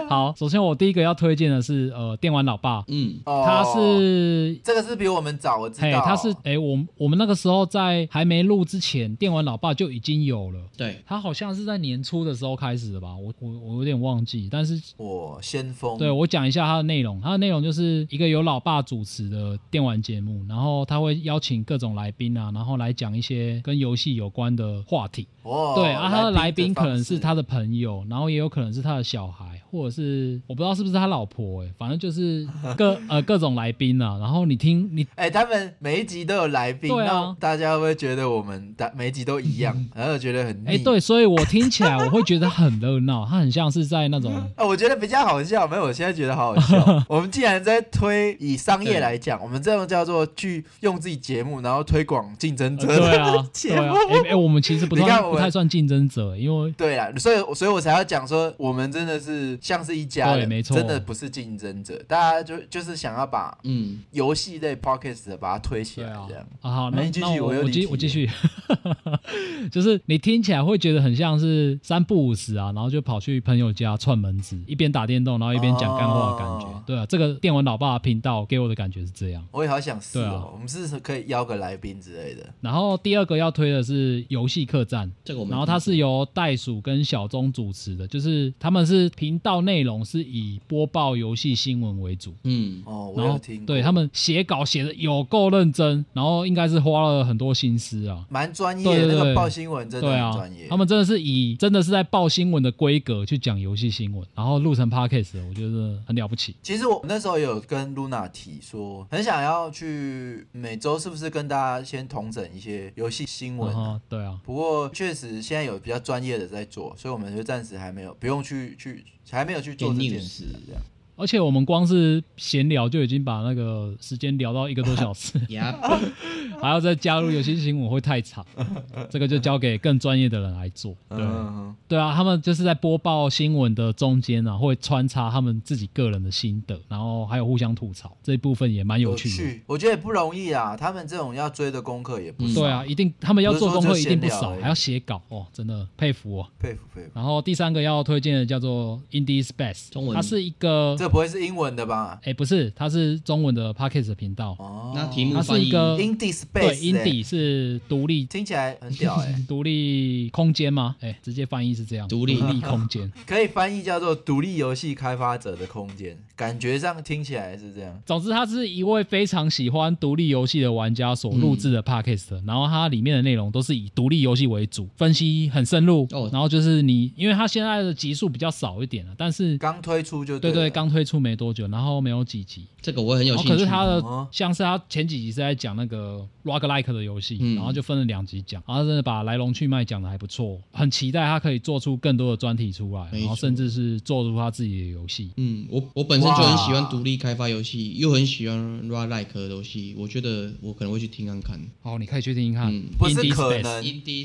Speaker 2: 好，首先我第一个要推荐的是呃电玩老爸，
Speaker 4: 嗯，
Speaker 5: 哦
Speaker 2: 他是
Speaker 5: 这个是比我们早，我知
Speaker 2: 嘿，
Speaker 5: 道。
Speaker 2: 他是哎、我我们那个时候在还没录之前，电玩老爸就已经有了。
Speaker 4: 对，
Speaker 2: 他好像是在年初的时候开始的吧，我我我有点忘记，但是
Speaker 5: 我先锋。
Speaker 2: 对我讲一下它的内容，它的内容就是一个由老爸主持的电玩节目，然后他会邀请各种来宾啊，然后来讲一些跟游戏有关的话题。
Speaker 5: 哦，
Speaker 2: 对，啊，他的来宾可能是他的
Speaker 5: 的
Speaker 2: 朋友，然后也有可能是他的小孩，或者是我不知道是不是他老婆、哎，反正就是 各呃各种来宾啊。然后你听你
Speaker 5: 方式。哎、他们每一集都有来宾，
Speaker 2: 对啊
Speaker 5: 那大家会不会觉得我们大每一集都一样，然后觉得很腻？
Speaker 2: 哎、对，所以我听起来我会觉得很热闹，它很像是在那种
Speaker 5: 啊，我觉得比较好笑，没有，我现在觉得好 好笑。我们既然在推以商业来讲，我们这种叫做去用自己节目，然后推广竞争
Speaker 2: 呃
Speaker 5: 者。
Speaker 2: 对啊，对
Speaker 5: 节目
Speaker 2: 啊，哎、哎、我们其实不
Speaker 5: 你看
Speaker 2: 算
Speaker 5: 我
Speaker 2: 不
Speaker 5: 们
Speaker 2: 太算竞争者，因为
Speaker 5: 对啦，所以所以我才要讲说，我们真的是像是一家
Speaker 2: 对
Speaker 5: 人，
Speaker 2: 没错
Speaker 5: 真的不是竞争者，大家就就是想要把
Speaker 4: 嗯，
Speaker 5: 游戏类 podcast 把它推起
Speaker 2: 对
Speaker 5: 来，
Speaker 2: 啊
Speaker 5: 这样。，
Speaker 2: 啊好，那
Speaker 5: 哎继续
Speaker 2: 那我
Speaker 5: 我又
Speaker 2: 我
Speaker 5: 离
Speaker 2: 继
Speaker 5: 题
Speaker 2: 我继续， 就是你听起来会觉得很像是三不五时啊，然后就跑去朋友家串门子，一边打电动，然后一边讲干话的感觉，
Speaker 5: 哦
Speaker 2: 对啊，这个电玩老爸的频道给我的感觉是这样。
Speaker 5: 我也好想试
Speaker 2: 对
Speaker 5: 哦
Speaker 2: 啊，
Speaker 5: 我们是不是可以邀个来宾之类的。
Speaker 2: 然后第二个要推的是游戏客栈，
Speaker 4: 这个我们
Speaker 2: 然后它是由袋鼠跟小钟主持的，就是他们是频道内容是以播报游戏新闻为主。
Speaker 4: 嗯，
Speaker 5: 哦，我
Speaker 2: 然
Speaker 5: 有
Speaker 2: 后
Speaker 5: 听过，
Speaker 2: 对他们写稿写的有够认真，然后应该是花了很多心思啊。
Speaker 5: 蛮专业
Speaker 2: 对
Speaker 5: 的，
Speaker 2: 对对
Speaker 5: 那个报新闻真的
Speaker 2: 对
Speaker 5: 很
Speaker 2: 啊
Speaker 5: 专业。，
Speaker 2: 他们真的是以真的是在报新闻的规格去讲游戏新闻，然后录成 podcast，的我觉得很了不起。
Speaker 5: 其实我那时候也有跟 Luna 提说，很想要去每周是不是跟大家先统整一些游戏新闻
Speaker 2: 然
Speaker 5: 啊、
Speaker 2: 后对啊，
Speaker 5: 不过确实现在有比较专业的在做，所以我们就暂时还没有不用去去还没有去做这件事啊
Speaker 4: 变 news
Speaker 5: 这样。
Speaker 2: 而且我们光是闲聊就已经把那个时间聊到一个多小 时，
Speaker 4: 呀，
Speaker 2: 还要再加入游戏新闻会太 长，这个就交给更专业的人来做。对、
Speaker 5: 嗯，
Speaker 2: 对啊，他们就是在播报新闻的中间啊，会穿插他们自己个人的心得，然后还有互相吐槽这一部分也蛮有
Speaker 5: 有
Speaker 2: 趣的。
Speaker 5: 趣，我觉得也不容易啊。他们这种要追的功课也不少，
Speaker 2: 对啊，一定他们要做功课一定不
Speaker 5: 不是说就闲
Speaker 2: 少
Speaker 5: 聊而，已
Speaker 2: 还要写稿哦，真的佩服我、
Speaker 5: 佩服佩服。
Speaker 2: 然后第三个要推荐的叫做 Indie Space，
Speaker 4: 中文
Speaker 2: 它是一个，
Speaker 5: 这不会是英文的吧？
Speaker 2: 哎，不是，它是中文的 Podcast 频道，
Speaker 5: 哦，
Speaker 4: 那题目
Speaker 2: 它是一个
Speaker 5: Indie
Speaker 2: 对
Speaker 5: Space 欸
Speaker 2: Indie 是独立
Speaker 5: 听起来很屌哎、
Speaker 2: 独立空间吗？哎，直接翻译是这样，
Speaker 4: 独立
Speaker 2: 独立空间。
Speaker 5: 可以翻译叫做独立游戏开发者的空间，感觉上听起来是这样。
Speaker 2: 总之，他是一位非常喜欢独立游戏的玩家所录制的
Speaker 4: 嗯
Speaker 2: podcast，、然后它里面的内容都是以独立游戏为主，分析很深入。
Speaker 4: 哦
Speaker 2: 然后就是你，因为它现在的集数比较少一点啊了，但是
Speaker 5: 刚推出就
Speaker 2: 对
Speaker 5: 对
Speaker 2: 对，
Speaker 5: 了
Speaker 2: 刚推出没多久，然后没有几集。
Speaker 4: 这个我很有
Speaker 2: 然后
Speaker 4: 兴趣。
Speaker 2: 可是他的
Speaker 5: 哦
Speaker 2: 像是他前几集是在讲那个 rock like 的游戏，
Speaker 4: 嗯
Speaker 2: 然后就分了两集讲，然后真的把来龙去脉讲的还不错，很期待他可以做出更多的专题出来，
Speaker 4: 没错
Speaker 2: 然后甚至是做出他自己的游戏。
Speaker 4: 嗯，我我本身就很喜欢独立开发游戏，又很喜欢 rock like 的游戏，我觉得我可能会去听看看。
Speaker 2: 好，哦你可以去听听看，
Speaker 4: 嗯
Speaker 5: 不是
Speaker 2: Indie
Speaker 5: 可
Speaker 2: Space
Speaker 5: 能，啊
Speaker 4: Indie
Speaker 5: 你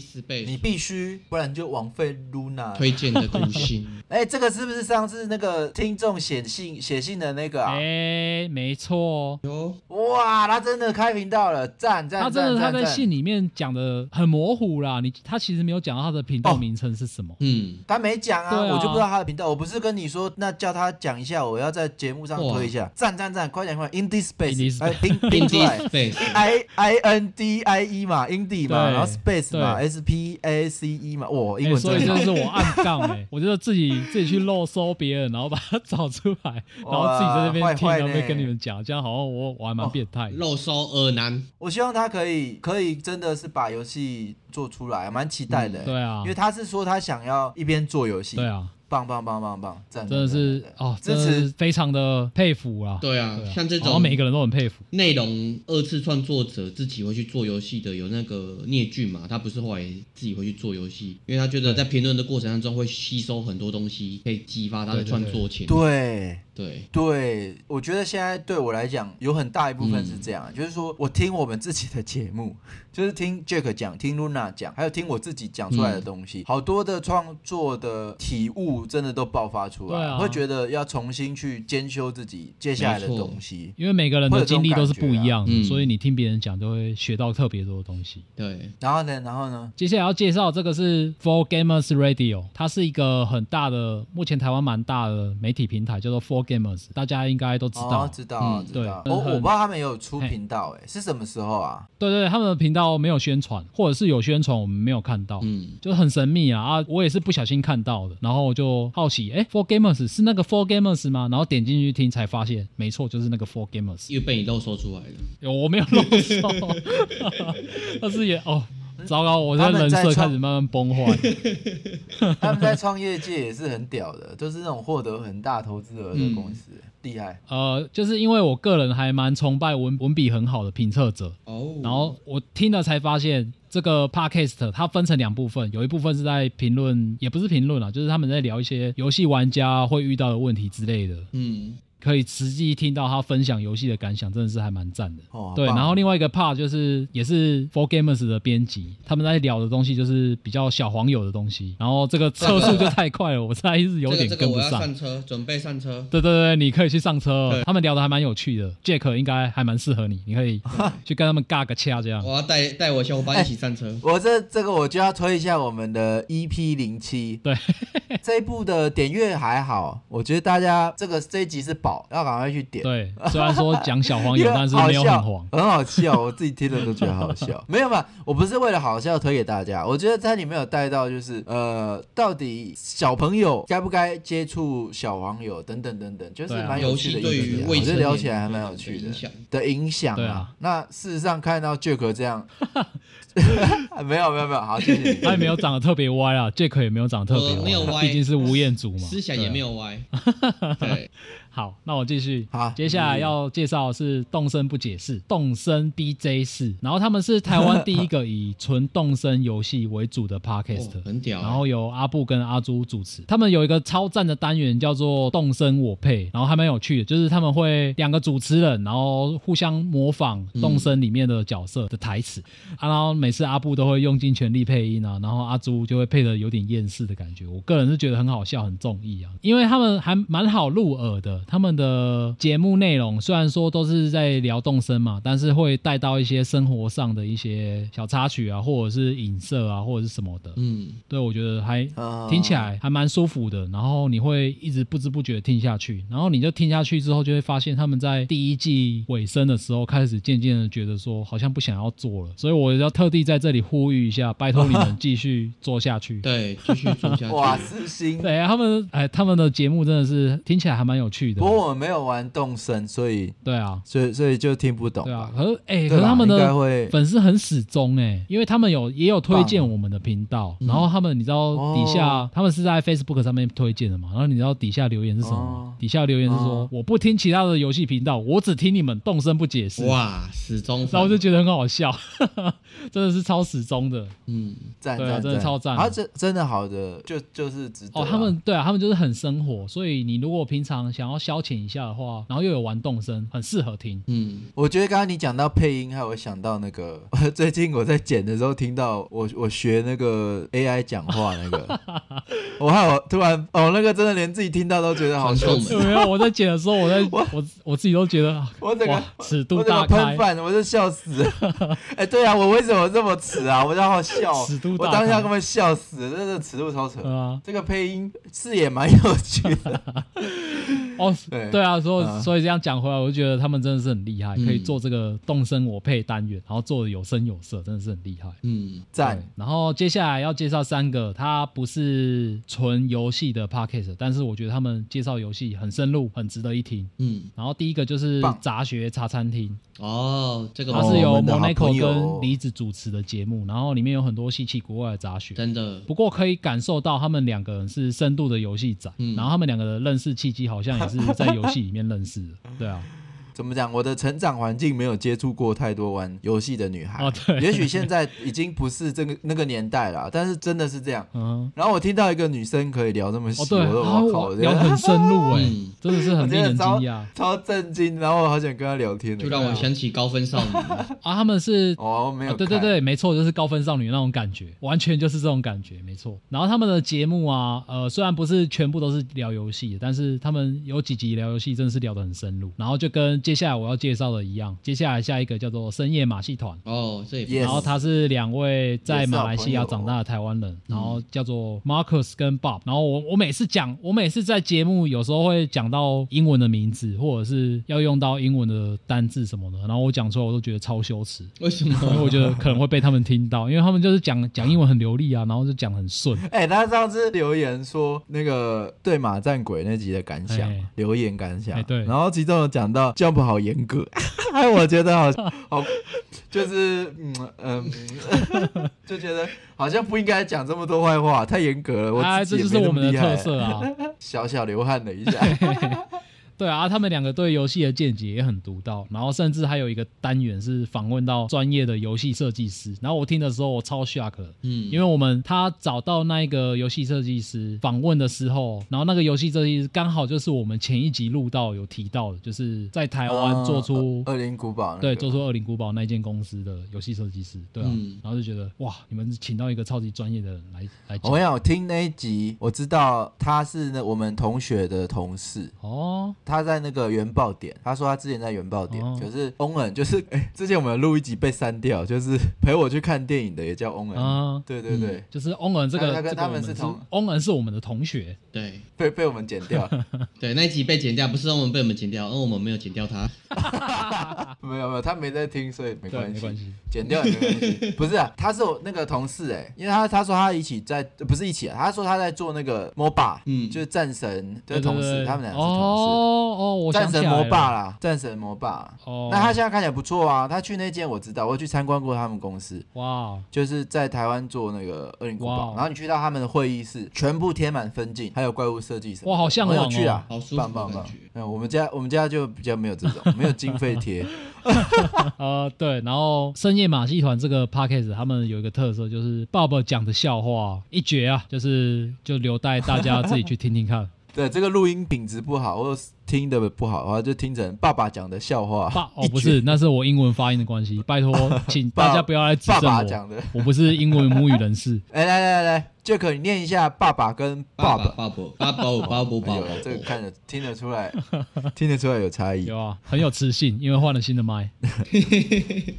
Speaker 4: Space
Speaker 5: 必须，不然就枉费 Luna。
Speaker 4: 推荐的独信，
Speaker 5: 哎、这个是不是上次那个听众写信写信的那个啊？
Speaker 2: 哎、没错，
Speaker 4: 哟，
Speaker 5: 哇，他真的开频道了，赞赞
Speaker 2: 他
Speaker 5: 赞
Speaker 2: 真
Speaker 5: 赞
Speaker 2: 的他
Speaker 5: 赞！
Speaker 2: 在信里面讲的很模糊啦，你他其实没有讲到他的频道
Speaker 5: 哦
Speaker 2: 名称是什么。
Speaker 4: 嗯，
Speaker 5: 他没讲啊，
Speaker 2: 对啊
Speaker 5: 我就不知道他的频道。我不是跟你说，那叫他讲一下，我要在节目上
Speaker 4: 哇
Speaker 5: 推一下，赞赞赞，快点快点
Speaker 2: Indie
Speaker 5: ，Indie Space，
Speaker 2: Space
Speaker 5: 哎，拼拼出
Speaker 4: Indie
Speaker 5: 来
Speaker 4: Space，
Speaker 5: ，I I N D I E 嘛，Indie 嘛，
Speaker 2: 对
Speaker 5: 然后 Space 嘛
Speaker 2: 对
Speaker 5: ，S P A C E 嘛，哇，英
Speaker 2: 哎，
Speaker 5: 文
Speaker 2: 所
Speaker 5: 真
Speaker 2: 以
Speaker 5: 好
Speaker 2: 这。是我暗杠哎、我就自己自己去漏搜别人，然后把它找出来，然后自己在那
Speaker 5: 哇
Speaker 2: 边听，
Speaker 5: 坏坏
Speaker 2: 然后
Speaker 5: 呢哦
Speaker 2: 边跟你们讲，这样好像我我还蛮变态的。
Speaker 4: 肉收耳男，
Speaker 5: 我希望他可以可以真的是把游戏做出来，蛮期待的、欸
Speaker 2: 对啊
Speaker 5: 因为，他是说他想要一边做游戏，
Speaker 2: 对，啊，
Speaker 5: 棒棒棒棒棒，赞，
Speaker 2: 真的是
Speaker 5: 赞赞赞
Speaker 2: 哦，
Speaker 5: 支
Speaker 2: 真的是
Speaker 5: 持
Speaker 2: 非常的佩服啦。
Speaker 4: 对啊
Speaker 2: 对，啊
Speaker 4: 像这
Speaker 2: 好像
Speaker 4: 种
Speaker 2: 每个人都很佩服。
Speaker 4: 内容二次创作者自己会去做游戏的，有那个聂俊嘛，他不是后来自己会去做游戏，因为他觉得在评论的过程当中会吸收很多东西，可以激发他的
Speaker 2: 对对
Speaker 4: 创作潜力。
Speaker 5: 对。
Speaker 4: 对，
Speaker 5: 对，我觉得现在对我来讲，有很大一部分
Speaker 2: 嗯
Speaker 5: 是这样，就是说我听我们自己的节目，就是听 Jack 讲，听 Luna 讲，还有听我自己讲出来
Speaker 2: 嗯
Speaker 5: 的东西，好多的创作的体悟真的都爆发出来，
Speaker 2: 对啊
Speaker 5: 会觉得要重新去兼修自己接下来的
Speaker 4: 没错
Speaker 5: 东西。
Speaker 2: 因为每个人的经历都是不一样
Speaker 4: 会有这种感
Speaker 2: 的，
Speaker 4: 觉啊
Speaker 2: 所以你听别人讲就会学到特别多的东西。
Speaker 4: 对，
Speaker 5: 然后呢，然后呢，
Speaker 2: 接下来要介绍这个是 Four Gamers Radio，它是一个很大的，目前台湾蛮大的媒体平台，叫做 Four Gamers，大家应该都知道。
Speaker 5: 哦、知道，
Speaker 4: 嗯
Speaker 5: 知道。
Speaker 2: 对
Speaker 5: 我我
Speaker 2: 很
Speaker 5: 不知道他们也有出
Speaker 2: 嘿
Speaker 5: 频道、欸，哎，是什么时候啊？
Speaker 2: 对对，对他们的频道没有宣传，或者是有宣传我们没有看到。
Speaker 4: 嗯，
Speaker 2: 就很神秘啊啊！我也是不小心看到的，然后我就好奇，哎，Four Gamers 是那个 Four Gamers 吗？然后点进去听，才发现，没错，就是那个 Four Gamers。
Speaker 4: 又被你肉收出来了。
Speaker 2: 有我没有漏手， 但是也哦，糟糕，我的人
Speaker 5: 他们
Speaker 2: 设
Speaker 5: 在
Speaker 2: 开始慢慢崩坏。
Speaker 5: 他们在创业界也是很屌的，都是那种获得很大投资额
Speaker 2: 嗯
Speaker 5: 的公司，厉害。
Speaker 2: 呃，就是因为我个人还蛮崇拜文文笔很好的评测者，
Speaker 4: 哦，
Speaker 2: 然后我听了才发现，这个 podcast 它分成两部分，有一部分是在评论，也不是评论啊，就是他们在聊一些游戏玩家会遇到的问题之类的，
Speaker 4: 嗯，
Speaker 2: 可以实际听到他分享游戏的感想，真的是还蛮赞的。
Speaker 5: 哦，
Speaker 2: 对，
Speaker 5: 好棒
Speaker 2: 然后另外一个 part 就是也是 For Gamers 的编辑，他们在聊的东西就是比较小黄友的东西，然后这个测速就太快了，我实在是有点
Speaker 4: 这个这
Speaker 2: 跟
Speaker 4: 个
Speaker 2: 不
Speaker 4: 我要
Speaker 2: 上。
Speaker 4: 上车，准备上车。
Speaker 2: 对对对，你可以去上车哦。他们聊的还蛮有趣的，Jack 应该还蛮适合你，你可 以去跟他们尬个掐这样
Speaker 4: 我。要带带我小伙伴一起上车。
Speaker 5: 我这这个我就要推一下我们的 EP 零七，
Speaker 2: 对，
Speaker 5: 这一部的点阅还好，我觉得大家这个这一集是饱，要赶快去点。
Speaker 2: 对，虽然说讲小黄
Speaker 5: 因
Speaker 2: 油
Speaker 5: 为，
Speaker 2: 但是
Speaker 5: 好
Speaker 2: 没有很
Speaker 5: 笑。
Speaker 2: 黄
Speaker 5: 很好笑，我自己听了都觉得 好笑。没有吧？我不是为了好笑推给大家，我觉得它里面有带到就是呃，到底小朋友该不该接触小黄油等等等等，就是
Speaker 2: 对啊
Speaker 5: 蛮有
Speaker 4: 游
Speaker 5: 趣
Speaker 4: 戏
Speaker 5: 的
Speaker 4: 对
Speaker 5: 议
Speaker 4: 于
Speaker 5: 题啊。我
Speaker 4: 未
Speaker 5: 觉
Speaker 4: 成
Speaker 5: 得聊
Speaker 4: 年
Speaker 5: 起来还
Speaker 4: 人
Speaker 5: 蛮有
Speaker 4: 的
Speaker 5: 趣的
Speaker 4: 影响。
Speaker 5: 的影响
Speaker 2: 对啊。
Speaker 5: 那事实上看到 Jack 这 样， 没有没有没有，好，谢谢你。
Speaker 2: 他也没有长得特别歪啊，Jack 也没有长得特别
Speaker 4: 呃没有
Speaker 2: 他
Speaker 4: 歪
Speaker 2: 毕竟是吴彦祖嘛，
Speaker 4: 思想
Speaker 2: 对
Speaker 4: 也
Speaker 2: 啊
Speaker 4: 没有歪。对，
Speaker 2: 好，那我继续。
Speaker 5: 好嗯
Speaker 2: 接下来要介绍的是动森不解释，动森 BJ 四，然后他们是台湾第一个以纯动森游戏为主的 podcast，、
Speaker 4: 哦很屌欸
Speaker 2: 然后由阿布跟阿朱主持，他们有一个超赞的单元叫做“动森我配”，然后还蛮有趣的，就是他们会两个主持人，然后互相模仿动森里面的角色的台词、啊，然后每次阿布都会用尽全力配音啊，然后阿朱就会配的有点厌世的感觉。我个人是觉得很好笑，很中意啊，因为他们还蛮好入耳的。他们的节目内容虽然说都是在聊动身嘛，但是会带到一些生活上的一些小插曲啊，或者是影射啊，或者是什么的。
Speaker 4: 嗯，
Speaker 2: 对，我觉得还
Speaker 5: 啊
Speaker 2: 听起来还蛮舒服的，然后你会一直不知不觉地听下去，然后你就听下去之后，就会发现他们在第一季尾声的时候，开始渐渐的觉得说好像不想要做了，所以我要特地在这里呼吁一下，拜托你们继续做下去。
Speaker 4: 对，继续做下去。
Speaker 5: 哇，四星。
Speaker 2: 对，他们哎，他们的节目真的是听起来还蛮有趣的
Speaker 5: 不。过我们没有玩动森，所以
Speaker 2: 对啊，
Speaker 5: 所以所以就听不懂
Speaker 2: 对
Speaker 5: 吧
Speaker 2: 啊，。可是哎、
Speaker 5: 对
Speaker 2: 可是
Speaker 5: 啦
Speaker 2: 他们
Speaker 5: 应该
Speaker 2: 的
Speaker 5: 会
Speaker 2: 粉丝很始终哎、因为他们有也有推荐我们的频道，然后他们你知道底下、
Speaker 5: 嗯哦
Speaker 2: 他们是在 Facebook 上面推荐的嘛，然后你知道底下留言是什么吗？
Speaker 5: 哦
Speaker 2: 底下留言是说、
Speaker 5: 哦
Speaker 2: 我不听其他的游戏频道，我只听你们动声不解释，
Speaker 4: 哇，始终
Speaker 2: 然后我
Speaker 4: 反
Speaker 2: 就觉得很好笑， 真的是超始终的
Speaker 4: 嗯，
Speaker 5: 赞
Speaker 2: 对啊
Speaker 5: 赞，
Speaker 2: 真的超赞
Speaker 5: 啊，真真的好的，就就是值得啊。
Speaker 2: 哦。他们对啊，他们就是很生活，所以你如果平常想要消遣一下的话，然后又有玩动声，很适合 听。
Speaker 4: 嗯，
Speaker 5: 我觉得刚刚你讲到配音，还有想到那个， 最近我在剪的时候听到我我学那个 AI 讲话那 个，我还有突然哦，那个真的连自己听到都觉得好
Speaker 4: 传
Speaker 5: 羞
Speaker 4: 送
Speaker 5: 耻，
Speaker 2: 有没有？ 我在剪的时候，我在我我自己都觉得啊
Speaker 5: 我整个
Speaker 2: 哇尺
Speaker 5: 我
Speaker 2: 度
Speaker 5: 整
Speaker 2: 大
Speaker 5: 个
Speaker 2: 开
Speaker 5: 喷，饭，我就笑死了。 哎、对啊，我为什么这么迟啊？我就好好笑哦，
Speaker 2: 尺度
Speaker 5: 我
Speaker 2: 大
Speaker 5: 当下
Speaker 2: 开
Speaker 5: 根本笑死了，真的尺度超扯。
Speaker 2: 对啊，
Speaker 5: 这个配音是也蛮有趣的，
Speaker 2: 哦，
Speaker 5: 对
Speaker 2: 对啊，所以、
Speaker 5: 嗯
Speaker 2: 所以这样讲回来，我就觉得他们真的是很厉害，
Speaker 4: 嗯
Speaker 2: 可以做这个动身我配单元，然后做的有声有色，真的是很厉害。
Speaker 4: 嗯，
Speaker 2: 对
Speaker 5: 赞。
Speaker 2: 然后接下来要介绍三个，它不是纯游戏的 podcast，但是我觉得他们介绍游戏很深入，很值得一听。
Speaker 4: 嗯，
Speaker 2: 然后第一个就是
Speaker 5: 棒
Speaker 2: 杂学茶餐厅，
Speaker 4: 哦，这个
Speaker 2: 它
Speaker 5: 哦
Speaker 2: 是由
Speaker 5: 我们的好
Speaker 2: Monaco
Speaker 5: 朋友
Speaker 2: 跟梨子主持的节目，然后里面有很多稀奇古怪的杂学。
Speaker 4: 真的，
Speaker 2: 不过可以感受到他们两个人是深度的游戏仔，
Speaker 4: 嗯
Speaker 2: 然后他们两个的认识契机好像也是在游戏里面认识的，对 啊，
Speaker 5: 怎么讲？我的成长环境没有接触过太多玩游戏的女孩，
Speaker 2: 哦对
Speaker 5: 也许现在已经不是这个那个年代了，但是真的是这样。
Speaker 2: 嗯，
Speaker 5: 然后我听到一个女生可以聊这么细，
Speaker 2: 哦对，
Speaker 5: 我都
Speaker 2: 啊
Speaker 5: 我靠，
Speaker 2: 我
Speaker 5: 我觉
Speaker 2: 聊
Speaker 5: 得
Speaker 2: 得很深入哎、
Speaker 4: 嗯
Speaker 2: 真的是很令人惊讶啊！
Speaker 5: 超震惊，然后我好想跟她聊天的
Speaker 4: 就让我想起高分少女。
Speaker 2: 啊他们是
Speaker 5: 哦，没有、
Speaker 2: 啊对对，对，没错，就是高分少女那种感觉，完全就是这种感觉，没错。然后他们的节目啊，呃，虽然不是全部都是聊游戏的，但是他们有几集聊游戏，真的是聊得很深入。然后就跟接下来我要介绍的一样，接下来下一个叫做深夜马戏团。
Speaker 4: 哦，这也不
Speaker 5: Yes
Speaker 2: 然后他是两位在马来西亚长大的台湾人，
Speaker 4: 也是
Speaker 2: 然
Speaker 4: 好朋友
Speaker 2: 后叫做 Marcus 跟 Bob。然后我我每次讲，我每次在节目有时候会讲到英文的名字，或者是要用到英文的单字什么的，然后我讲出来我都觉得超羞耻，
Speaker 4: 为什
Speaker 2: 因 为
Speaker 4: 么？
Speaker 2: 我觉得可能会被他们听到，因为他们就是讲讲英文很流利啊，然后就讲很顺。
Speaker 5: 哎、他上次留言说那个对马战鬼那集的感想，
Speaker 2: 哎
Speaker 5: 留言感想，
Speaker 2: 哎对
Speaker 5: 然后其中有讲到 Jump 好严格， 哎，我觉得好好，就是嗯嗯， 就觉得好像不应该讲这么多坏话，太严格了，我
Speaker 2: 哎，
Speaker 5: 自
Speaker 2: 这
Speaker 5: 己
Speaker 2: 就
Speaker 5: 也
Speaker 2: 是
Speaker 5: 没
Speaker 2: 我
Speaker 5: 那么
Speaker 2: 们的
Speaker 5: 厉害
Speaker 2: 特，色啊。
Speaker 5: 小小流汗了一下，
Speaker 2: 对啊，他们两个对游戏的见解也很独到，然后甚至还有一个单元是访问到专业的游戏设计师。然后我听的时候，我超 shock，的
Speaker 4: 嗯，
Speaker 2: 因为我们他找到那一个游戏设计师访问的时候，然后那个游戏设计师刚好就是我们前一集录到有提到的，就是在台
Speaker 5: 啊
Speaker 2: 湾做出、
Speaker 5: 恶灵古堡、那个
Speaker 2: 对做出《恶灵古堡》那间公司的游戏设计师，对啊，
Speaker 4: 嗯
Speaker 2: 然后就觉得哇，你们请到一个超级专业的人来来
Speaker 5: 我
Speaker 2: 讲
Speaker 5: 想我听那一集，我知道他是那我们同学的同事，
Speaker 2: 哦，
Speaker 5: 他在那个原爆点，他说他之前在原爆点，
Speaker 2: 哦
Speaker 5: 可是翁恩就是、 哎，之前我们录一集被删掉，就是 陪我去看电影的也叫翁恩，
Speaker 2: 啊，
Speaker 5: 对对对，
Speaker 2: 就是翁恩这个
Speaker 5: 嗯他他跟
Speaker 2: 这个我
Speaker 5: 他们
Speaker 2: 们
Speaker 5: 是
Speaker 2: 是
Speaker 5: 同
Speaker 2: 翁恩是我们的同学，
Speaker 4: 对
Speaker 5: 被被我们剪 掉，
Speaker 4: 对，那一集被剪掉，不是我们被我们剪掉，而我们没有剪掉它。
Speaker 5: 没有没有，他没在听，所以没
Speaker 2: 对，
Speaker 5: 关
Speaker 2: 没
Speaker 5: 系
Speaker 2: 关。系，
Speaker 5: 剪掉也没关 系。不是、啊，他是我那个同事哎、因为他他说他一起在，呃不是一起、啊，他说他在做那个 MOBA，
Speaker 4: 嗯
Speaker 5: 就是战神的
Speaker 2: 对
Speaker 5: 同
Speaker 2: 对
Speaker 5: 事，
Speaker 2: 对
Speaker 5: 他们俩是同事。
Speaker 2: 哦哦，我
Speaker 5: 战
Speaker 2: 想
Speaker 5: 神
Speaker 2: 起来
Speaker 5: 魔
Speaker 2: 了
Speaker 5: 霸啦，战神魔霸。
Speaker 2: 哦，
Speaker 5: 那他现在看起来不错啊，他去那间我知道，我有去参观过他们公司。
Speaker 2: 哇，
Speaker 5: 就是在台湾做那个恶灵古
Speaker 2: 哇
Speaker 5: 堡
Speaker 2: 哦，
Speaker 5: 然后你去到他们的会议室，全部贴满分镜，还有怪物设计什么的，
Speaker 2: 哇好向往哦
Speaker 5: 很有趣啊，
Speaker 4: 好舒服的
Speaker 5: 棒棒棒
Speaker 4: 感觉。
Speaker 5: 嗯，我们家我们家就比较没有这种，没有经费 贴，
Speaker 2: 呃，对，然后深夜马戏团这个 podcast 他们有一个特色，就是 Bob 讲的笑话一绝啊，就是就留待大家自己去听听 看。
Speaker 5: 对，这个录音品质不好，或者听的不好的话，就听成爸爸讲的笑话。
Speaker 2: 爸，哦
Speaker 5: 一，
Speaker 2: 不
Speaker 5: 绝
Speaker 2: 是，那是我英文发音的关系，拜托， 请大家不要来指
Speaker 5: 爸
Speaker 2: 正
Speaker 5: 爸
Speaker 2: 我，
Speaker 5: 讲的。
Speaker 2: 我不是英文母语人士。
Speaker 5: 哎，来来来来，Jack，你念一下爸爸跟
Speaker 4: 爸
Speaker 5: 爸
Speaker 4: 爸爸爸爸爸爸爸
Speaker 5: 哎
Speaker 4: 爸
Speaker 5: 呦
Speaker 4: 爸，
Speaker 5: 这个看得听得出 来，听得出来有差异。
Speaker 2: 有啊，很有磁性，因为换了新的麦。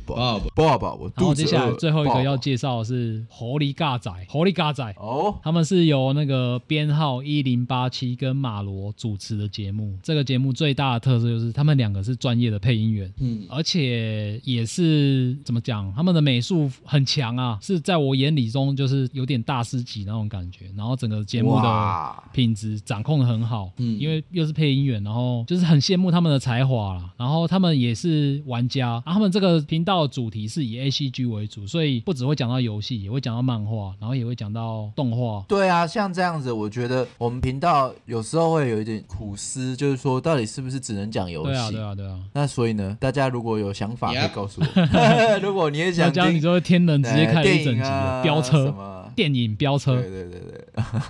Speaker 4: 爸爸
Speaker 5: 爸爸，我
Speaker 2: 然
Speaker 5: 肚
Speaker 2: 后
Speaker 5: 子
Speaker 2: 接
Speaker 5: 饿。
Speaker 2: 下来最后一
Speaker 5: 爸
Speaker 2: 个
Speaker 5: 爸
Speaker 2: 要介绍的是狐狸嘎仔，狐狸嘎仔。
Speaker 5: 哦，
Speaker 2: 他们是由那个编号一零八七跟马罗主持的节目。这个节目最大的特色就是他们两个是专业的配音员，
Speaker 4: 嗯，
Speaker 2: 而且也是怎么讲，他们的美术很强啊，是在我眼里中就是有点大师级那种感觉。然后整个节目的
Speaker 5: 哇
Speaker 2: 品质掌控的很好，
Speaker 4: 嗯
Speaker 2: 因为又是配音员，然后就是很羡慕他们的才华啦。然后他们也是玩家，啊、他们这个频道的主题是以 A C G 为主，所以不只会讲到游戏，也会讲到漫画，然后也会讲到动画。
Speaker 5: 对啊，像这样子，我觉得我们频道有时候会有一点苦思，就是说到底是不是只能讲游
Speaker 2: 对啊，
Speaker 5: 戏
Speaker 2: 对？啊，对啊。
Speaker 5: 那所以呢，大家如果有想法可以
Speaker 4: Yep
Speaker 5: 告诉我。如果你也
Speaker 2: 那
Speaker 5: 想
Speaker 2: 这样你
Speaker 5: 听
Speaker 2: 就会天能直接
Speaker 5: 呃
Speaker 2: 看一
Speaker 5: 电
Speaker 2: 整
Speaker 5: 影
Speaker 2: 集
Speaker 5: 啊
Speaker 2: 了，飙
Speaker 5: 什
Speaker 2: 车、
Speaker 5: 么
Speaker 2: 电影飙车
Speaker 5: 对，对对对，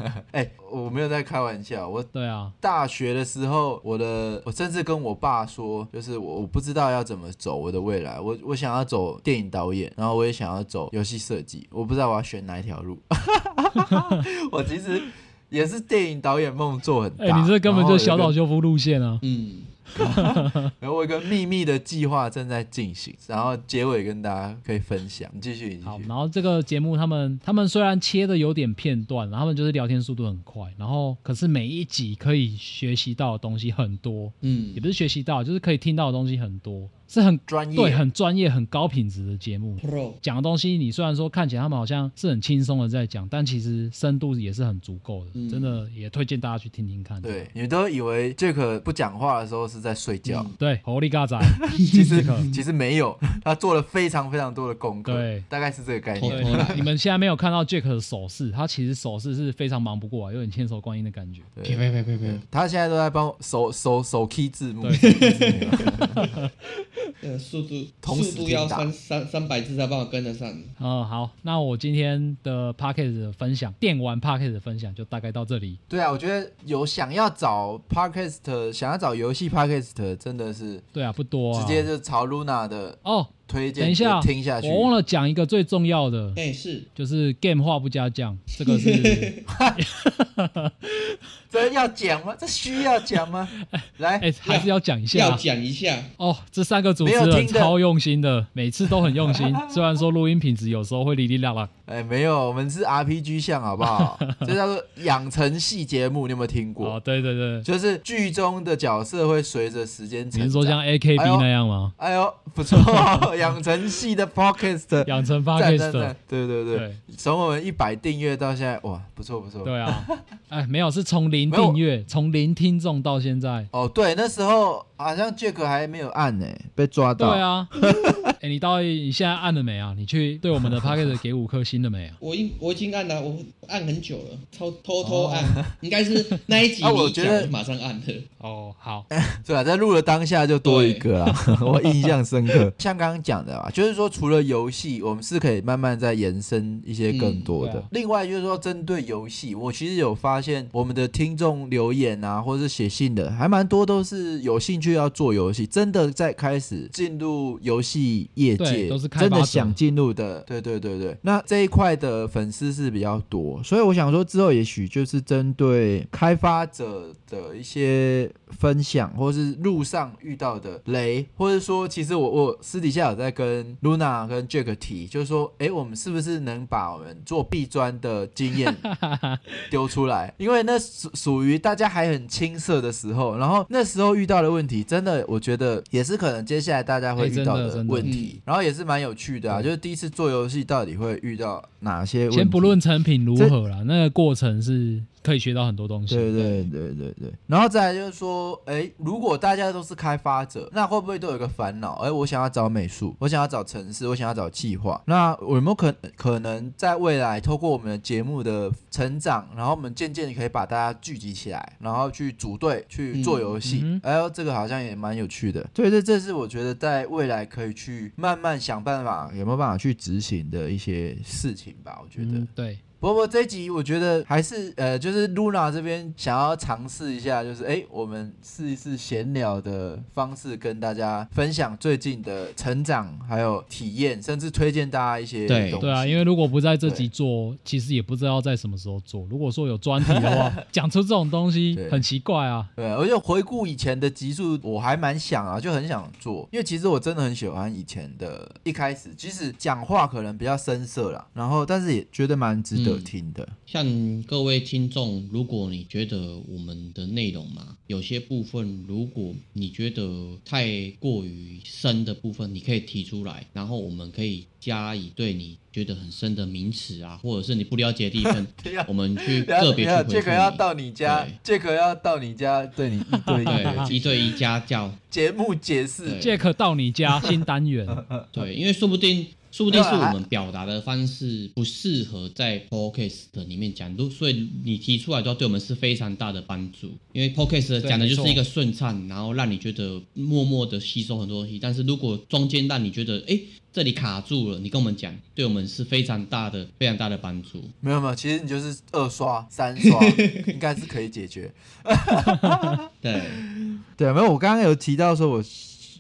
Speaker 5: 哎、我没有在开玩笑，我。
Speaker 2: 对啊，
Speaker 5: 大学的时候，我的我甚至跟我爸说，就是我我不知道要怎么走我的未来，我我想要走电影导演，然后我也想要走游戏设计，我不知道我要选哪一条路。 我其实也是电影导演梦做很大，
Speaker 2: 哎、你这根本就小岛
Speaker 5: 然后有一
Speaker 2: 秀
Speaker 5: 个
Speaker 2: 夫路线啊！
Speaker 4: 嗯，
Speaker 5: 然后我有一个秘密的计划正在进行，然后结尾跟大家可以分享。你继续，你继
Speaker 2: 好，
Speaker 5: 续。
Speaker 2: 然后这个节目他们他们虽然切的有点片段，然后他们就是聊天速度很快，然后可是每一集可以学习到的东西很多，
Speaker 4: 嗯
Speaker 2: 也不是学习到，就是可以听到的东西很多，是很
Speaker 5: 专业
Speaker 2: 对很专业、很高品质的节目。
Speaker 4: ，Pro，
Speaker 2: 讲的东西，你虽然说看起来他们好像是很轻松的在讲，但其实深度也是很足够的，
Speaker 4: 嗯
Speaker 2: 真的也推荐大家去听听看。
Speaker 5: 对，你们都以为 Jack 不讲话的时候是在睡 觉，
Speaker 4: 嗯
Speaker 2: 对，狐狸嘎仔，
Speaker 5: 其实
Speaker 2: 这个
Speaker 5: 其实没有，他做了非常非常多的功课，
Speaker 2: 对
Speaker 5: 大概是这个概
Speaker 4: 偷
Speaker 5: 念。
Speaker 2: 对
Speaker 4: 偷懒
Speaker 2: 你们现在没有看到 Jack 的手势，他其实手势是非常忙不过来，有点千手观音的感觉。
Speaker 4: 别别别别别，
Speaker 5: 他现在都在帮我手手手 key 字幕，
Speaker 4: 呃，速度
Speaker 5: 同时
Speaker 4: 速度要
Speaker 5: 听打
Speaker 4: 三三三百字才帮我跟得上。
Speaker 2: 呃，好，那我今天的 p a c k a g e 的分享，电玩 p a c k a g e 的分享就大概到这里。
Speaker 5: 对啊，我觉得有想要找 podcast，想要找游戏 podcast，真的是
Speaker 2: 对啊，不多、啊，
Speaker 5: 直接就朝 Luna 的
Speaker 2: 哦。
Speaker 5: 推荐
Speaker 2: 等一下，
Speaker 5: 直接听下去。
Speaker 2: 我忘了讲一个最重要的，
Speaker 4: 哎，是
Speaker 2: 就是 game 话不加酱，这个 是
Speaker 5: 这要讲吗？这需要讲 吗？来，
Speaker 2: 哎、还是要讲一
Speaker 4: 要
Speaker 2: 下
Speaker 4: 讲一下，
Speaker 2: 哦。这三个主持
Speaker 5: 没有
Speaker 2: 人
Speaker 5: 听的
Speaker 2: 超用心的，每次都很用 心，虽然说录音品质有时候会哩哩啦啦。
Speaker 5: 哎，没有，我们是 RPG 向，好 不好？这叫做养成系节目，你有没有听
Speaker 2: 哦，
Speaker 5: 过？
Speaker 2: 对对对，
Speaker 5: 就是剧中的角色会随着时间
Speaker 2: 你
Speaker 5: 成
Speaker 2: 是说像
Speaker 5: 长。哎
Speaker 2: AKB
Speaker 5: 呦
Speaker 2: 那样吗？
Speaker 5: 哎呦，不错， 养成系的 podcast，
Speaker 2: 养成 p a c k
Speaker 5: 赞
Speaker 2: a
Speaker 5: 赞
Speaker 2: g e
Speaker 5: 赞，对对对
Speaker 2: 对，
Speaker 5: 从我们一百订阅到现在，哇，不错不错。
Speaker 2: 对啊，哎，没有，是从零
Speaker 5: 没有
Speaker 2: 订阅，从零听众到现在。
Speaker 5: 哦，对，那时候好像 Jack 还没有按呢，被抓
Speaker 2: 对
Speaker 5: 到。
Speaker 2: 啊， 哎，你到底你现在按了没啊？你去对我们的 p a c k a g e 给五颗星了没啊？
Speaker 4: 我已我已经按了，我按很久了，偷偷偷按，应该是那一集
Speaker 5: 啊我
Speaker 4: 你
Speaker 5: 觉
Speaker 4: 讲
Speaker 5: 得
Speaker 4: 我马上按了。
Speaker 2: 哦，好，
Speaker 5: 对啊，在录的当下就多一个啦， 我印象深刻。像刚刚讲的啊，就是说除了游戏，我们是可以慢慢再延伸一些更多
Speaker 2: 嗯
Speaker 5: 的。
Speaker 2: 对啊
Speaker 5: 另外就是说，针对游戏，我其实有发现我们的听众留言啊，或者是写信的，还蛮多都是有兴趣去要做游戏，真的在开始进入游戏业界，
Speaker 2: 对都是开发
Speaker 5: 真
Speaker 2: 者
Speaker 5: 的想进入的。对对对对，那这一块的粉丝是比较多，所以我想说之后也许就是针对开发者的一些分享，或是路上遇到的雷，或者说其实我我私底下有在跟 Luna 啊跟 Jack 提，就是说，哎，我们是不是能把我们做壁砖的 经验丢出来，因为那属属于大家还很青涩的时候，然后那时候遇到的问题，真的我觉得也是可能接下来大家会
Speaker 2: 哎
Speaker 5: 遇到
Speaker 2: 真的真的
Speaker 5: 问题，然后也是蛮有趣的啊，就是第一次做游戏到底会遇到哪些问题？
Speaker 2: 先不论成品如何啦，那个过程是可以学到很多东西。
Speaker 5: 对对对对对，然后再来就是说，哎，如果大家都是开发者，那会不会都有一个烦恼？哎，我想要找美术，我想要找城市，我想要找计划，那我有没有可可能在未来透过我们的节目的成长，然后我们渐渐可以把大家聚集起来，然后去组队去做游戏？
Speaker 2: 嗯嗯
Speaker 5: 哎呦，这个好像也蛮有趣的。对对，这是我觉得在未来可以去慢慢想办法，有没有办法去执行的一些事情吧？我觉得。
Speaker 2: 嗯对，
Speaker 5: 不过这一集我觉得还是呃，就是 Luna 这边想要尝试一下，就是哎，我们试一试闲聊的方式，跟大家分享最近的成长还有体验，甚至推荐大家一些
Speaker 4: 对
Speaker 5: 东西
Speaker 2: 对啊，因为如果不在这集做，其实也不知道在什么时候做。如果说有专题的 话，讲出这种东西
Speaker 5: 对
Speaker 2: 很奇怪啊。
Speaker 5: 对，而且回顾以前的集数，我还蛮想啊，就很想做，因为其实我真的很喜欢以前的，一开始即使讲话可能比较生涩啦，然后但是也觉得蛮值得
Speaker 4: 嗯
Speaker 5: 听的。
Speaker 4: 像各位听众，如果你觉得我们的内容嘛，有些部分如果你觉得太过于深的部分，你可以提出来，然后我们可以加以对你觉得很深的名词啊，或者是你不了解的地 方
Speaker 5: 等一下，
Speaker 4: 我们去
Speaker 5: 等一下
Speaker 4: 个别去回
Speaker 5: 等一下
Speaker 4: 复你。
Speaker 5: ，Jack 要到你家，Jack 要到你家对你一对一的
Speaker 4: 对一对一家教，
Speaker 5: 节目解释
Speaker 4: 对。
Speaker 2: Jack 到你 家新单元，
Speaker 4: 对，因为说不定，说不定
Speaker 5: 啊
Speaker 4: 是我们表达的方式不适合在 podcast 里面讲，都所以你提出来的话，对我们是非常大的帮助。因为 podcast 讲的就是一个顺畅，然后让你觉得默默的吸收很多东西。但是如果中间让你觉得，哎，这里卡住了，你跟我们讲，对我们是非常大的、非常大的帮助。
Speaker 5: 没有没有，其实你就是二刷、三 刷，应该是可以解决。
Speaker 4: 对，
Speaker 5: 对，啊没有，我刚刚有提到说，我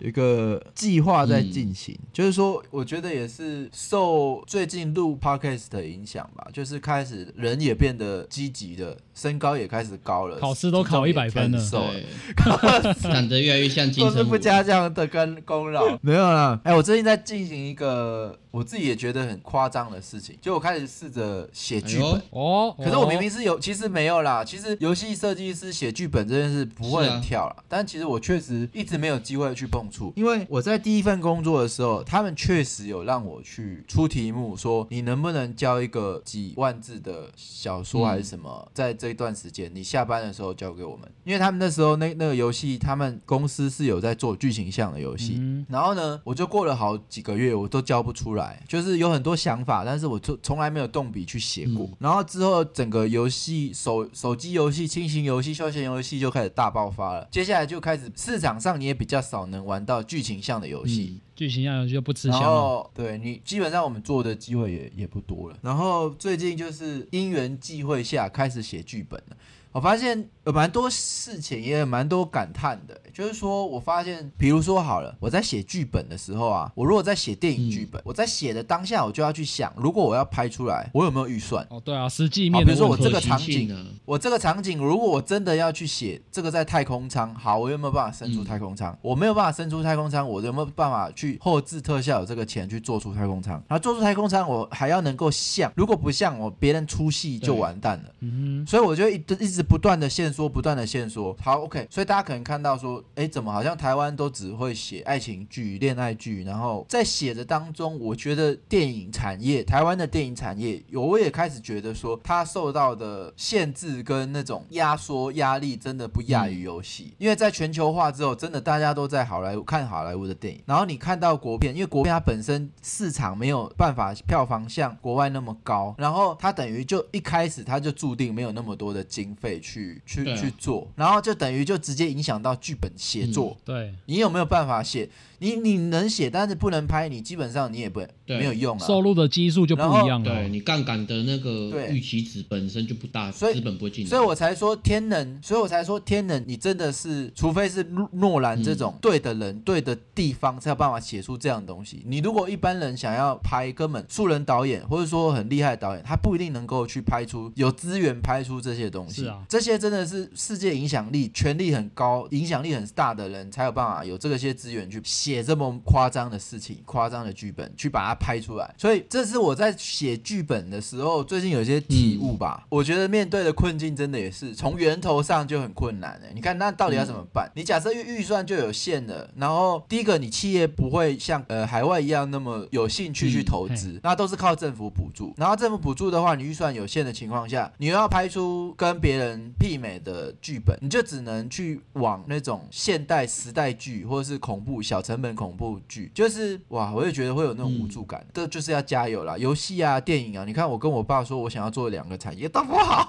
Speaker 5: 有一个计划在进行，
Speaker 4: 嗯
Speaker 5: 就是说，我觉得也是受最近录 podcast 的影响吧，就是开始人也变得积极的，身高也开始高了，
Speaker 2: 考试都考
Speaker 5: 体重也
Speaker 2: 100分了
Speaker 5: 开始瘦了。
Speaker 4: 对，长得越来越像金
Speaker 5: 都是
Speaker 4: 城武
Speaker 5: 不。加这样的跟功劳，没有啦。哎、我最近在进行一个我自己也觉得很夸张的事情，就我开始试着写
Speaker 4: 哎
Speaker 5: 剧本
Speaker 4: 呦，，
Speaker 2: 哦，
Speaker 5: 可是我明明是有，其实没有啦。其实游戏设计师写剧本这件事不会
Speaker 4: 是啊
Speaker 5: 很跳啦，但其实我确实一直没有机会去碰触，因为我在第一份工作的时候，他们确实有让我去出题目，说你能不能交一个几万字的小说还是什么，
Speaker 4: 嗯
Speaker 5: 在这段时间你下班的时候交给我们，因为他们那时候那那个游戏，他们公司是有在做剧情向的游戏，
Speaker 2: 嗯
Speaker 5: 然后呢，我就过了好几个月，我都交不出来，就是有很多想法，但是我从从来没有动笔去写过。
Speaker 4: 嗯
Speaker 5: 然后之后整个游戏手手机游戏、轻型游戏、休闲游戏就开始大爆发了。接下来就开始市场上你也比较少能玩到剧情向的游戏，
Speaker 4: 嗯，
Speaker 2: 剧情要有就不吃
Speaker 5: 然
Speaker 2: 香啊了。
Speaker 5: 后对你基本上我们做的机会也也不多了。然后最近就是因缘际会下开始写剧本了。我发现有蛮多事情，也有蛮多感叹的。就是说我发现，比如说好了，我在写剧本的时候啊，我如果在写电影剧本，我在写的当下，我就要去想，如果我要拍出来，我有没有预算？
Speaker 2: 哦，对啊，实际
Speaker 5: 好
Speaker 2: 面
Speaker 5: 比
Speaker 2: 的
Speaker 5: 如说我
Speaker 2: 问
Speaker 5: 这
Speaker 2: 题嗯
Speaker 5: 个
Speaker 4: 可行
Speaker 5: 场景
Speaker 4: 性啊，
Speaker 5: 我这个场景，如果我真的要去写这个在太空舱，好，我有没有办法伸出太空舱？我没有办法伸出太空舱，我有没有办法去后置特效有这个钱去做出太空舱？然后做出太空舱，我还要能够像，如果不像我，别人出戏就
Speaker 4: 对
Speaker 5: 完蛋了。
Speaker 2: 嗯
Speaker 5: 所以我就一直一直不断的线索，不断的线索。好，OK，所以大家可能看到说，哎，怎么好像台湾都只会写爱情剧、恋爱剧，然后在写的当中，我觉得电影产业，台湾的电影产业，有我也开始觉得说，它受到的限制跟那种压缩压力，真的不亚于游
Speaker 4: 嗯
Speaker 5: 戏，因为在全球化之后，真的大家都在好莱坞看好莱坞的电影，然后你看到国片，因为国片它本身市场没有办法票房像国外那么高，然后它等于就一开始它就注定没有那么多的经费去去、
Speaker 4: 对啊
Speaker 5: 去做，然后就等于就直接影响到剧本写作。
Speaker 4: 嗯
Speaker 2: 哼，对，
Speaker 5: 你有没有办法写？你你能写，但是不能拍，你基本上你也不
Speaker 4: 对
Speaker 5: 没有用啊。
Speaker 2: 收入的基数就不一样
Speaker 4: 对
Speaker 2: 了。哦
Speaker 4: 你杠杆的那个
Speaker 5: 对
Speaker 4: 预期值本身就不大，
Speaker 5: 所以
Speaker 4: 资本不会进来。
Speaker 5: 所以我才说天能，所以我才说天能，你真的是，除非是诺诺兰这种对的人、对的地方，才有办法写出这样的东西。你如果一般人想要拍，根本素人导演或者说很厉害的导演，他不一定能够去拍出有资源拍出这些东西。
Speaker 2: 是啊
Speaker 5: 这些真的是世界影响力、权力很高、影响力很大的人才有办法有这个些资源去写这么夸张的事情、夸张的剧本，去把它拍出来。所以这是我在写剧本的时候，最近有些体悟吧。我觉得面对的困境真的也是从源头上就很困难、欸、你看，那到底要怎么办？
Speaker 4: 嗯
Speaker 5: 你假设预预算就有限了，然后第一个，你企业不会像呃海外一样那么有兴趣去
Speaker 4: 嗯
Speaker 5: 投资。那都是靠政府补助。然后政府补助的话，你预算有限的情况下，你又要拍出跟别人媲美的剧本，你就只能去往那种现代时代剧或者是恐怖小成本恐怖剧，就是哇，我也觉得会有那种无助感。这就是要加油啦，游戏啊、电影啊，你看我跟我爸说我想要做两个产业，都不好，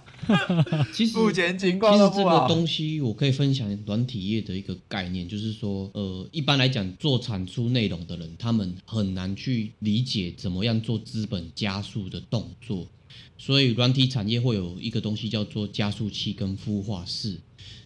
Speaker 4: 其实
Speaker 5: 目前情
Speaker 4: 其
Speaker 5: 况
Speaker 4: 实
Speaker 5: 都
Speaker 4: 这
Speaker 5: 不
Speaker 4: 个
Speaker 5: 好。
Speaker 4: 东西我可以分享软体业的一个概念，就是说，呃，一般来讲做产出内容的人，他们很难去理解怎么样做资本加速的动作，所以软体产业会有一个东西叫做加速器跟孵化室。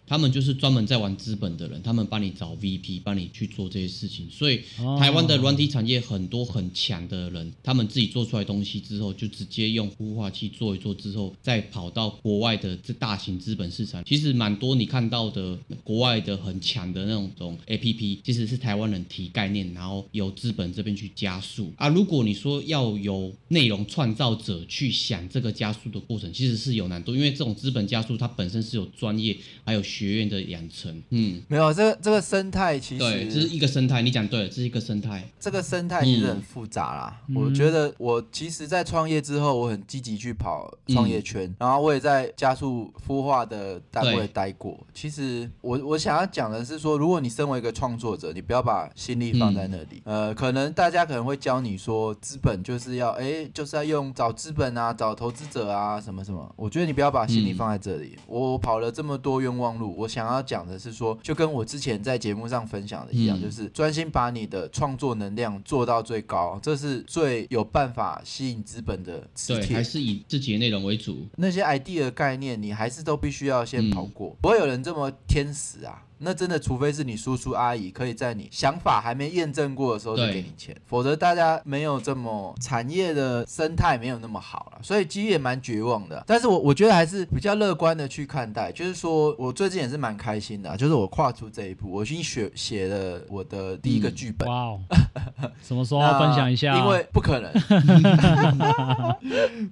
Speaker 4: 他们就是专门在玩资本的人，他们帮你找 VP，帮你去做这些事情。所以
Speaker 2: 哦
Speaker 4: 台湾的软体产业很多很强的人，他们自己做出来东西之后，就直接用孵化器做一做之后，再跑到国外的这大型资本市场。其实蛮多你看到的国外的很强的那种种 APP，其实是台湾人提概念，然后由资本这边去加速啊。如果你说要由内容创造者去想这个加速的过程，其实是有难度，因为这种资本加速它本身是有专业还有学院的养成。嗯，
Speaker 5: 没有，这个这个生态其
Speaker 4: 对，这是
Speaker 5: 实
Speaker 4: 一个生态，你讲对了，这是一个生态。
Speaker 5: 这个生
Speaker 4: 嗯
Speaker 5: 态其实很复杂啦。我觉得我其实，在创业之后，我很积极去跑创业圈，
Speaker 4: 嗯
Speaker 5: 然后我也在加速孵化的单位
Speaker 4: 对
Speaker 5: 待过。其实我我想要讲的是说，如果你身为一个创作者，你不要把心力放在那里。
Speaker 4: 嗯
Speaker 5: 呃，可能大家可能会教你说，资本就是要哎，就是要用找资本啊，找投资者啊，什么什么。我觉得你不要把心力
Speaker 4: 嗯
Speaker 5: 放在这里。我我跑了这么多冤枉路，我想要讲的是说，就跟我之前在节目上分享的一样，
Speaker 4: 嗯
Speaker 5: 就是。是专心把你的创作能量做到最高，这是最有办法吸引资本的磁
Speaker 4: 对，
Speaker 5: 铁
Speaker 4: 还。是以自己的内容为主。
Speaker 5: 那些 idea 的概念，你还是都必须要
Speaker 4: 嗯
Speaker 5: 先跑过，不会有人这么天使啊。那真的，除非是你叔叔阿姨可以在你想法还没验证过的时候就
Speaker 4: 对
Speaker 5: 给你钱，否则大家没有这么产业的生态没有那么好了，所以其实也蛮绝望的。但是我我觉得还是比较乐观的去看待，就是说我最近也是蛮开心的啊、就是我跨出这一步，我已经写写了我的第一个
Speaker 4: 嗯
Speaker 5: 剧本，
Speaker 2: 哇哦， 什么时候
Speaker 5: 那
Speaker 2: 分享一下？啊
Speaker 5: 因为不可 能，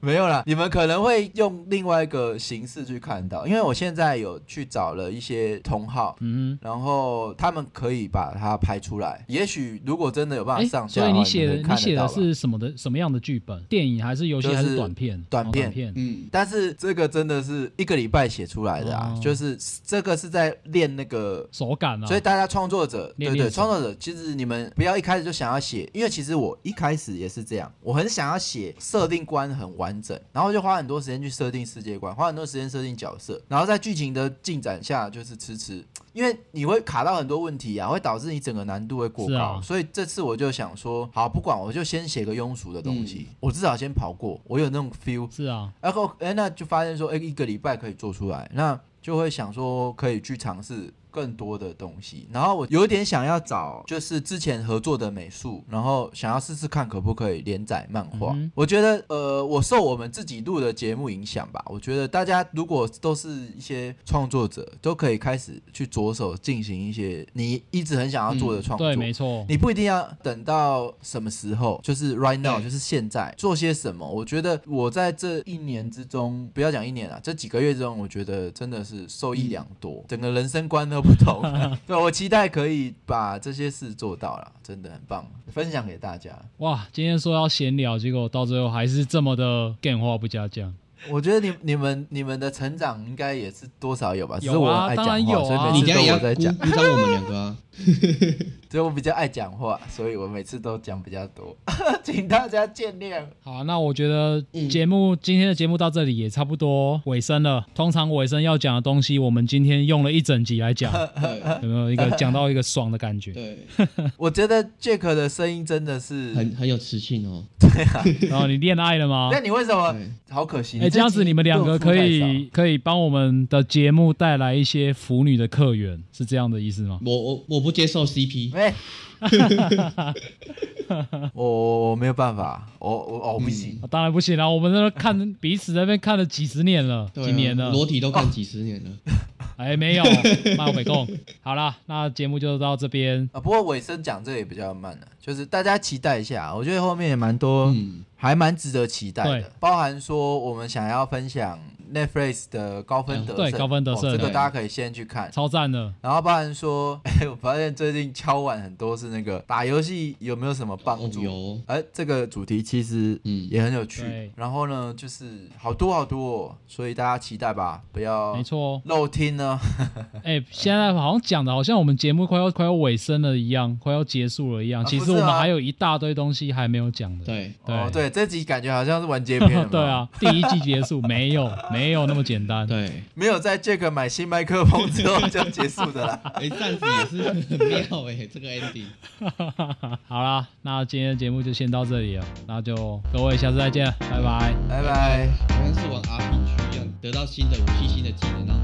Speaker 5: 没有啦。你们可能会用另外一个形式去看到，因为我现在有去找了一些同号，
Speaker 2: 嗯
Speaker 5: 然后他们可以把它拍出来。也许如果真的有办
Speaker 2: 哼，
Speaker 5: 法
Speaker 2: 哎，
Speaker 5: 上架
Speaker 2: 所
Speaker 5: 的
Speaker 2: 以
Speaker 5: 话，
Speaker 2: 你写
Speaker 5: 们
Speaker 2: 的
Speaker 5: 可以
Speaker 2: 你
Speaker 5: 看
Speaker 2: 写
Speaker 5: 得
Speaker 2: 的
Speaker 5: 到吧。
Speaker 2: 是什么的什么样的剧本？电影还是游戏
Speaker 5: 就是
Speaker 2: 还是短片？
Speaker 5: 短
Speaker 2: 哦
Speaker 5: 片
Speaker 2: 短片。
Speaker 4: 嗯，
Speaker 5: 但是这个真的是一个礼拜写出来的啊，
Speaker 2: 哦
Speaker 5: 就是这个是在练那个
Speaker 2: 手感啊，
Speaker 5: 所以大家创作者，
Speaker 2: 练
Speaker 5: 对
Speaker 2: 练
Speaker 5: 对，
Speaker 2: 手
Speaker 5: 创作者，其实你们不要一开始就想要写，因为其实我一开始也是这样，我很想要写设定观很完整，然后就花很多时间去设定世界观，花很多时间设定角色，然后在剧情的进展下就是迟迟。 因为你会卡到很多问题啊，会导致你整个难度会过
Speaker 2: 是
Speaker 5: 高，
Speaker 2: 啊
Speaker 5: 所以这次我就想说，好，不管我就先写个庸俗的东西，
Speaker 2: 嗯
Speaker 5: 我至少先跑过，我有那种 feel，
Speaker 2: 是啊，
Speaker 5: 然后哎，那就发现说，哎，一个礼拜可以做出来，那就会想说可以去尝试更多的东西。然后我有点想要找，就是之前合作的美术，然后想要试试看可不可以连载漫画。
Speaker 2: 嗯哼
Speaker 5: 我觉得呃，我受我们自己录的节目影响吧，我觉得大家如果都是一些创作者，都可以开始去着手进行一些你一直很想要做的创作。
Speaker 2: 对，没错，
Speaker 5: 你不一定要等到什么时候，就是 right now，
Speaker 2: 嗯
Speaker 4: 对
Speaker 5: 就是现在做些什么。我觉得我在这一年之中，不要讲一年啊，这几个月之中，我觉得真的是受益良多，
Speaker 2: 嗯
Speaker 5: 整个人生观都不同。啊 对，我期待可以把这些事做到了，真的很棒，分享给大家。
Speaker 2: 哇，今天说要闲聊，结果到最后还是这么的干话不加酱。
Speaker 5: 我觉得你、你们、你们的成长应该也是多少有
Speaker 2: 有啊
Speaker 5: 吧？只是我爱讲
Speaker 2: 当
Speaker 5: 话，
Speaker 2: 然有啊
Speaker 5: 所以
Speaker 2: 啊
Speaker 5: 每
Speaker 4: 你
Speaker 5: 次
Speaker 4: 家
Speaker 5: 都
Speaker 4: 也
Speaker 5: 我
Speaker 4: 要
Speaker 5: 在
Speaker 4: 鼓
Speaker 5: 讲。
Speaker 4: 鼓掌我们两个啊。
Speaker 5: 所以我比较爱讲话，所以我每次都讲比较多， 请大家见谅。
Speaker 2: 好，啊那我觉得
Speaker 5: 嗯
Speaker 2: 节目、今天的节目到这里也差不多尾声了。通常尾声要讲的东西，我们今天用了一整集 来讲，
Speaker 4: 对
Speaker 2: 有没有一个讲到一个爽的感觉？
Speaker 4: 对，
Speaker 5: 我觉得 Jack 的声音真的是，
Speaker 4: 很很有磁性哦。
Speaker 2: 然后你恋爱了吗
Speaker 5: 那？你为什么
Speaker 4: 对？
Speaker 5: 好可惜？
Speaker 2: 啊哎，这样子你们两个可以可以帮我们的节目带来一些腐女的客源，是这样的意思吗？
Speaker 4: 我我我不接受 CP，
Speaker 5: 哎，我我我没有办法，我我我不
Speaker 4: 嗯
Speaker 5: 行。
Speaker 2: 啊当然不行啦，我们在那看彼此在那边看了几十年了，
Speaker 4: 对啊
Speaker 2: 几年了，
Speaker 4: 裸体都看几十年了。
Speaker 2: 哎，没有， 骂我北贡。好啦，那节目就到这边。
Speaker 5: 啊，不过尾声讲这个也比较慢了、啊就是大家期待一下，啊我觉得后面也蛮多，
Speaker 4: 嗯
Speaker 5: 还蛮值得期待
Speaker 2: 对
Speaker 5: 的，包含说我们想要分享 Netflix 的高分得胜，
Speaker 2: 对高分得胜
Speaker 5: 哦这个
Speaker 4: 对
Speaker 5: 大家可以先去看。
Speaker 2: 超赞的，
Speaker 5: 然后包含说， 哎，我发现最近敲碗很多是那个打游戏有没有什么帮
Speaker 4: 哦
Speaker 5: 助？
Speaker 4: 有
Speaker 5: 哎、这个主题其实
Speaker 4: 嗯
Speaker 5: 也很有趣。
Speaker 2: 对
Speaker 5: 然后呢，就是好多好多、哦，所以大家期待吧，不要
Speaker 2: 没错哦。
Speaker 5: 漏听呢。
Speaker 2: 哎、现在好像讲的好像我们节目快要快要尾声了一样，快要结束了一样。
Speaker 5: 啊
Speaker 2: 其
Speaker 5: 不
Speaker 2: 实
Speaker 5: 是
Speaker 2: 我们
Speaker 5: 啊
Speaker 2: 还有一大堆东西还没有讲的。
Speaker 4: 对，
Speaker 2: 对
Speaker 5: 哦，对，这集感觉好像是完结篇了。
Speaker 2: 对，啊，第一季结束没有没有那么简单。
Speaker 4: 对，
Speaker 5: 没有在 Jack 买新麦克风之后就结束的啦。
Speaker 4: 哎，暂时也是很 妙哎，这个 ending。
Speaker 2: 好啦，那今天的节目就先到这里了，那就各位下次再见了，拜拜。
Speaker 5: 拜拜。
Speaker 4: 好像是玩 RPG 哎一样，得到新的武器、新的技能，然后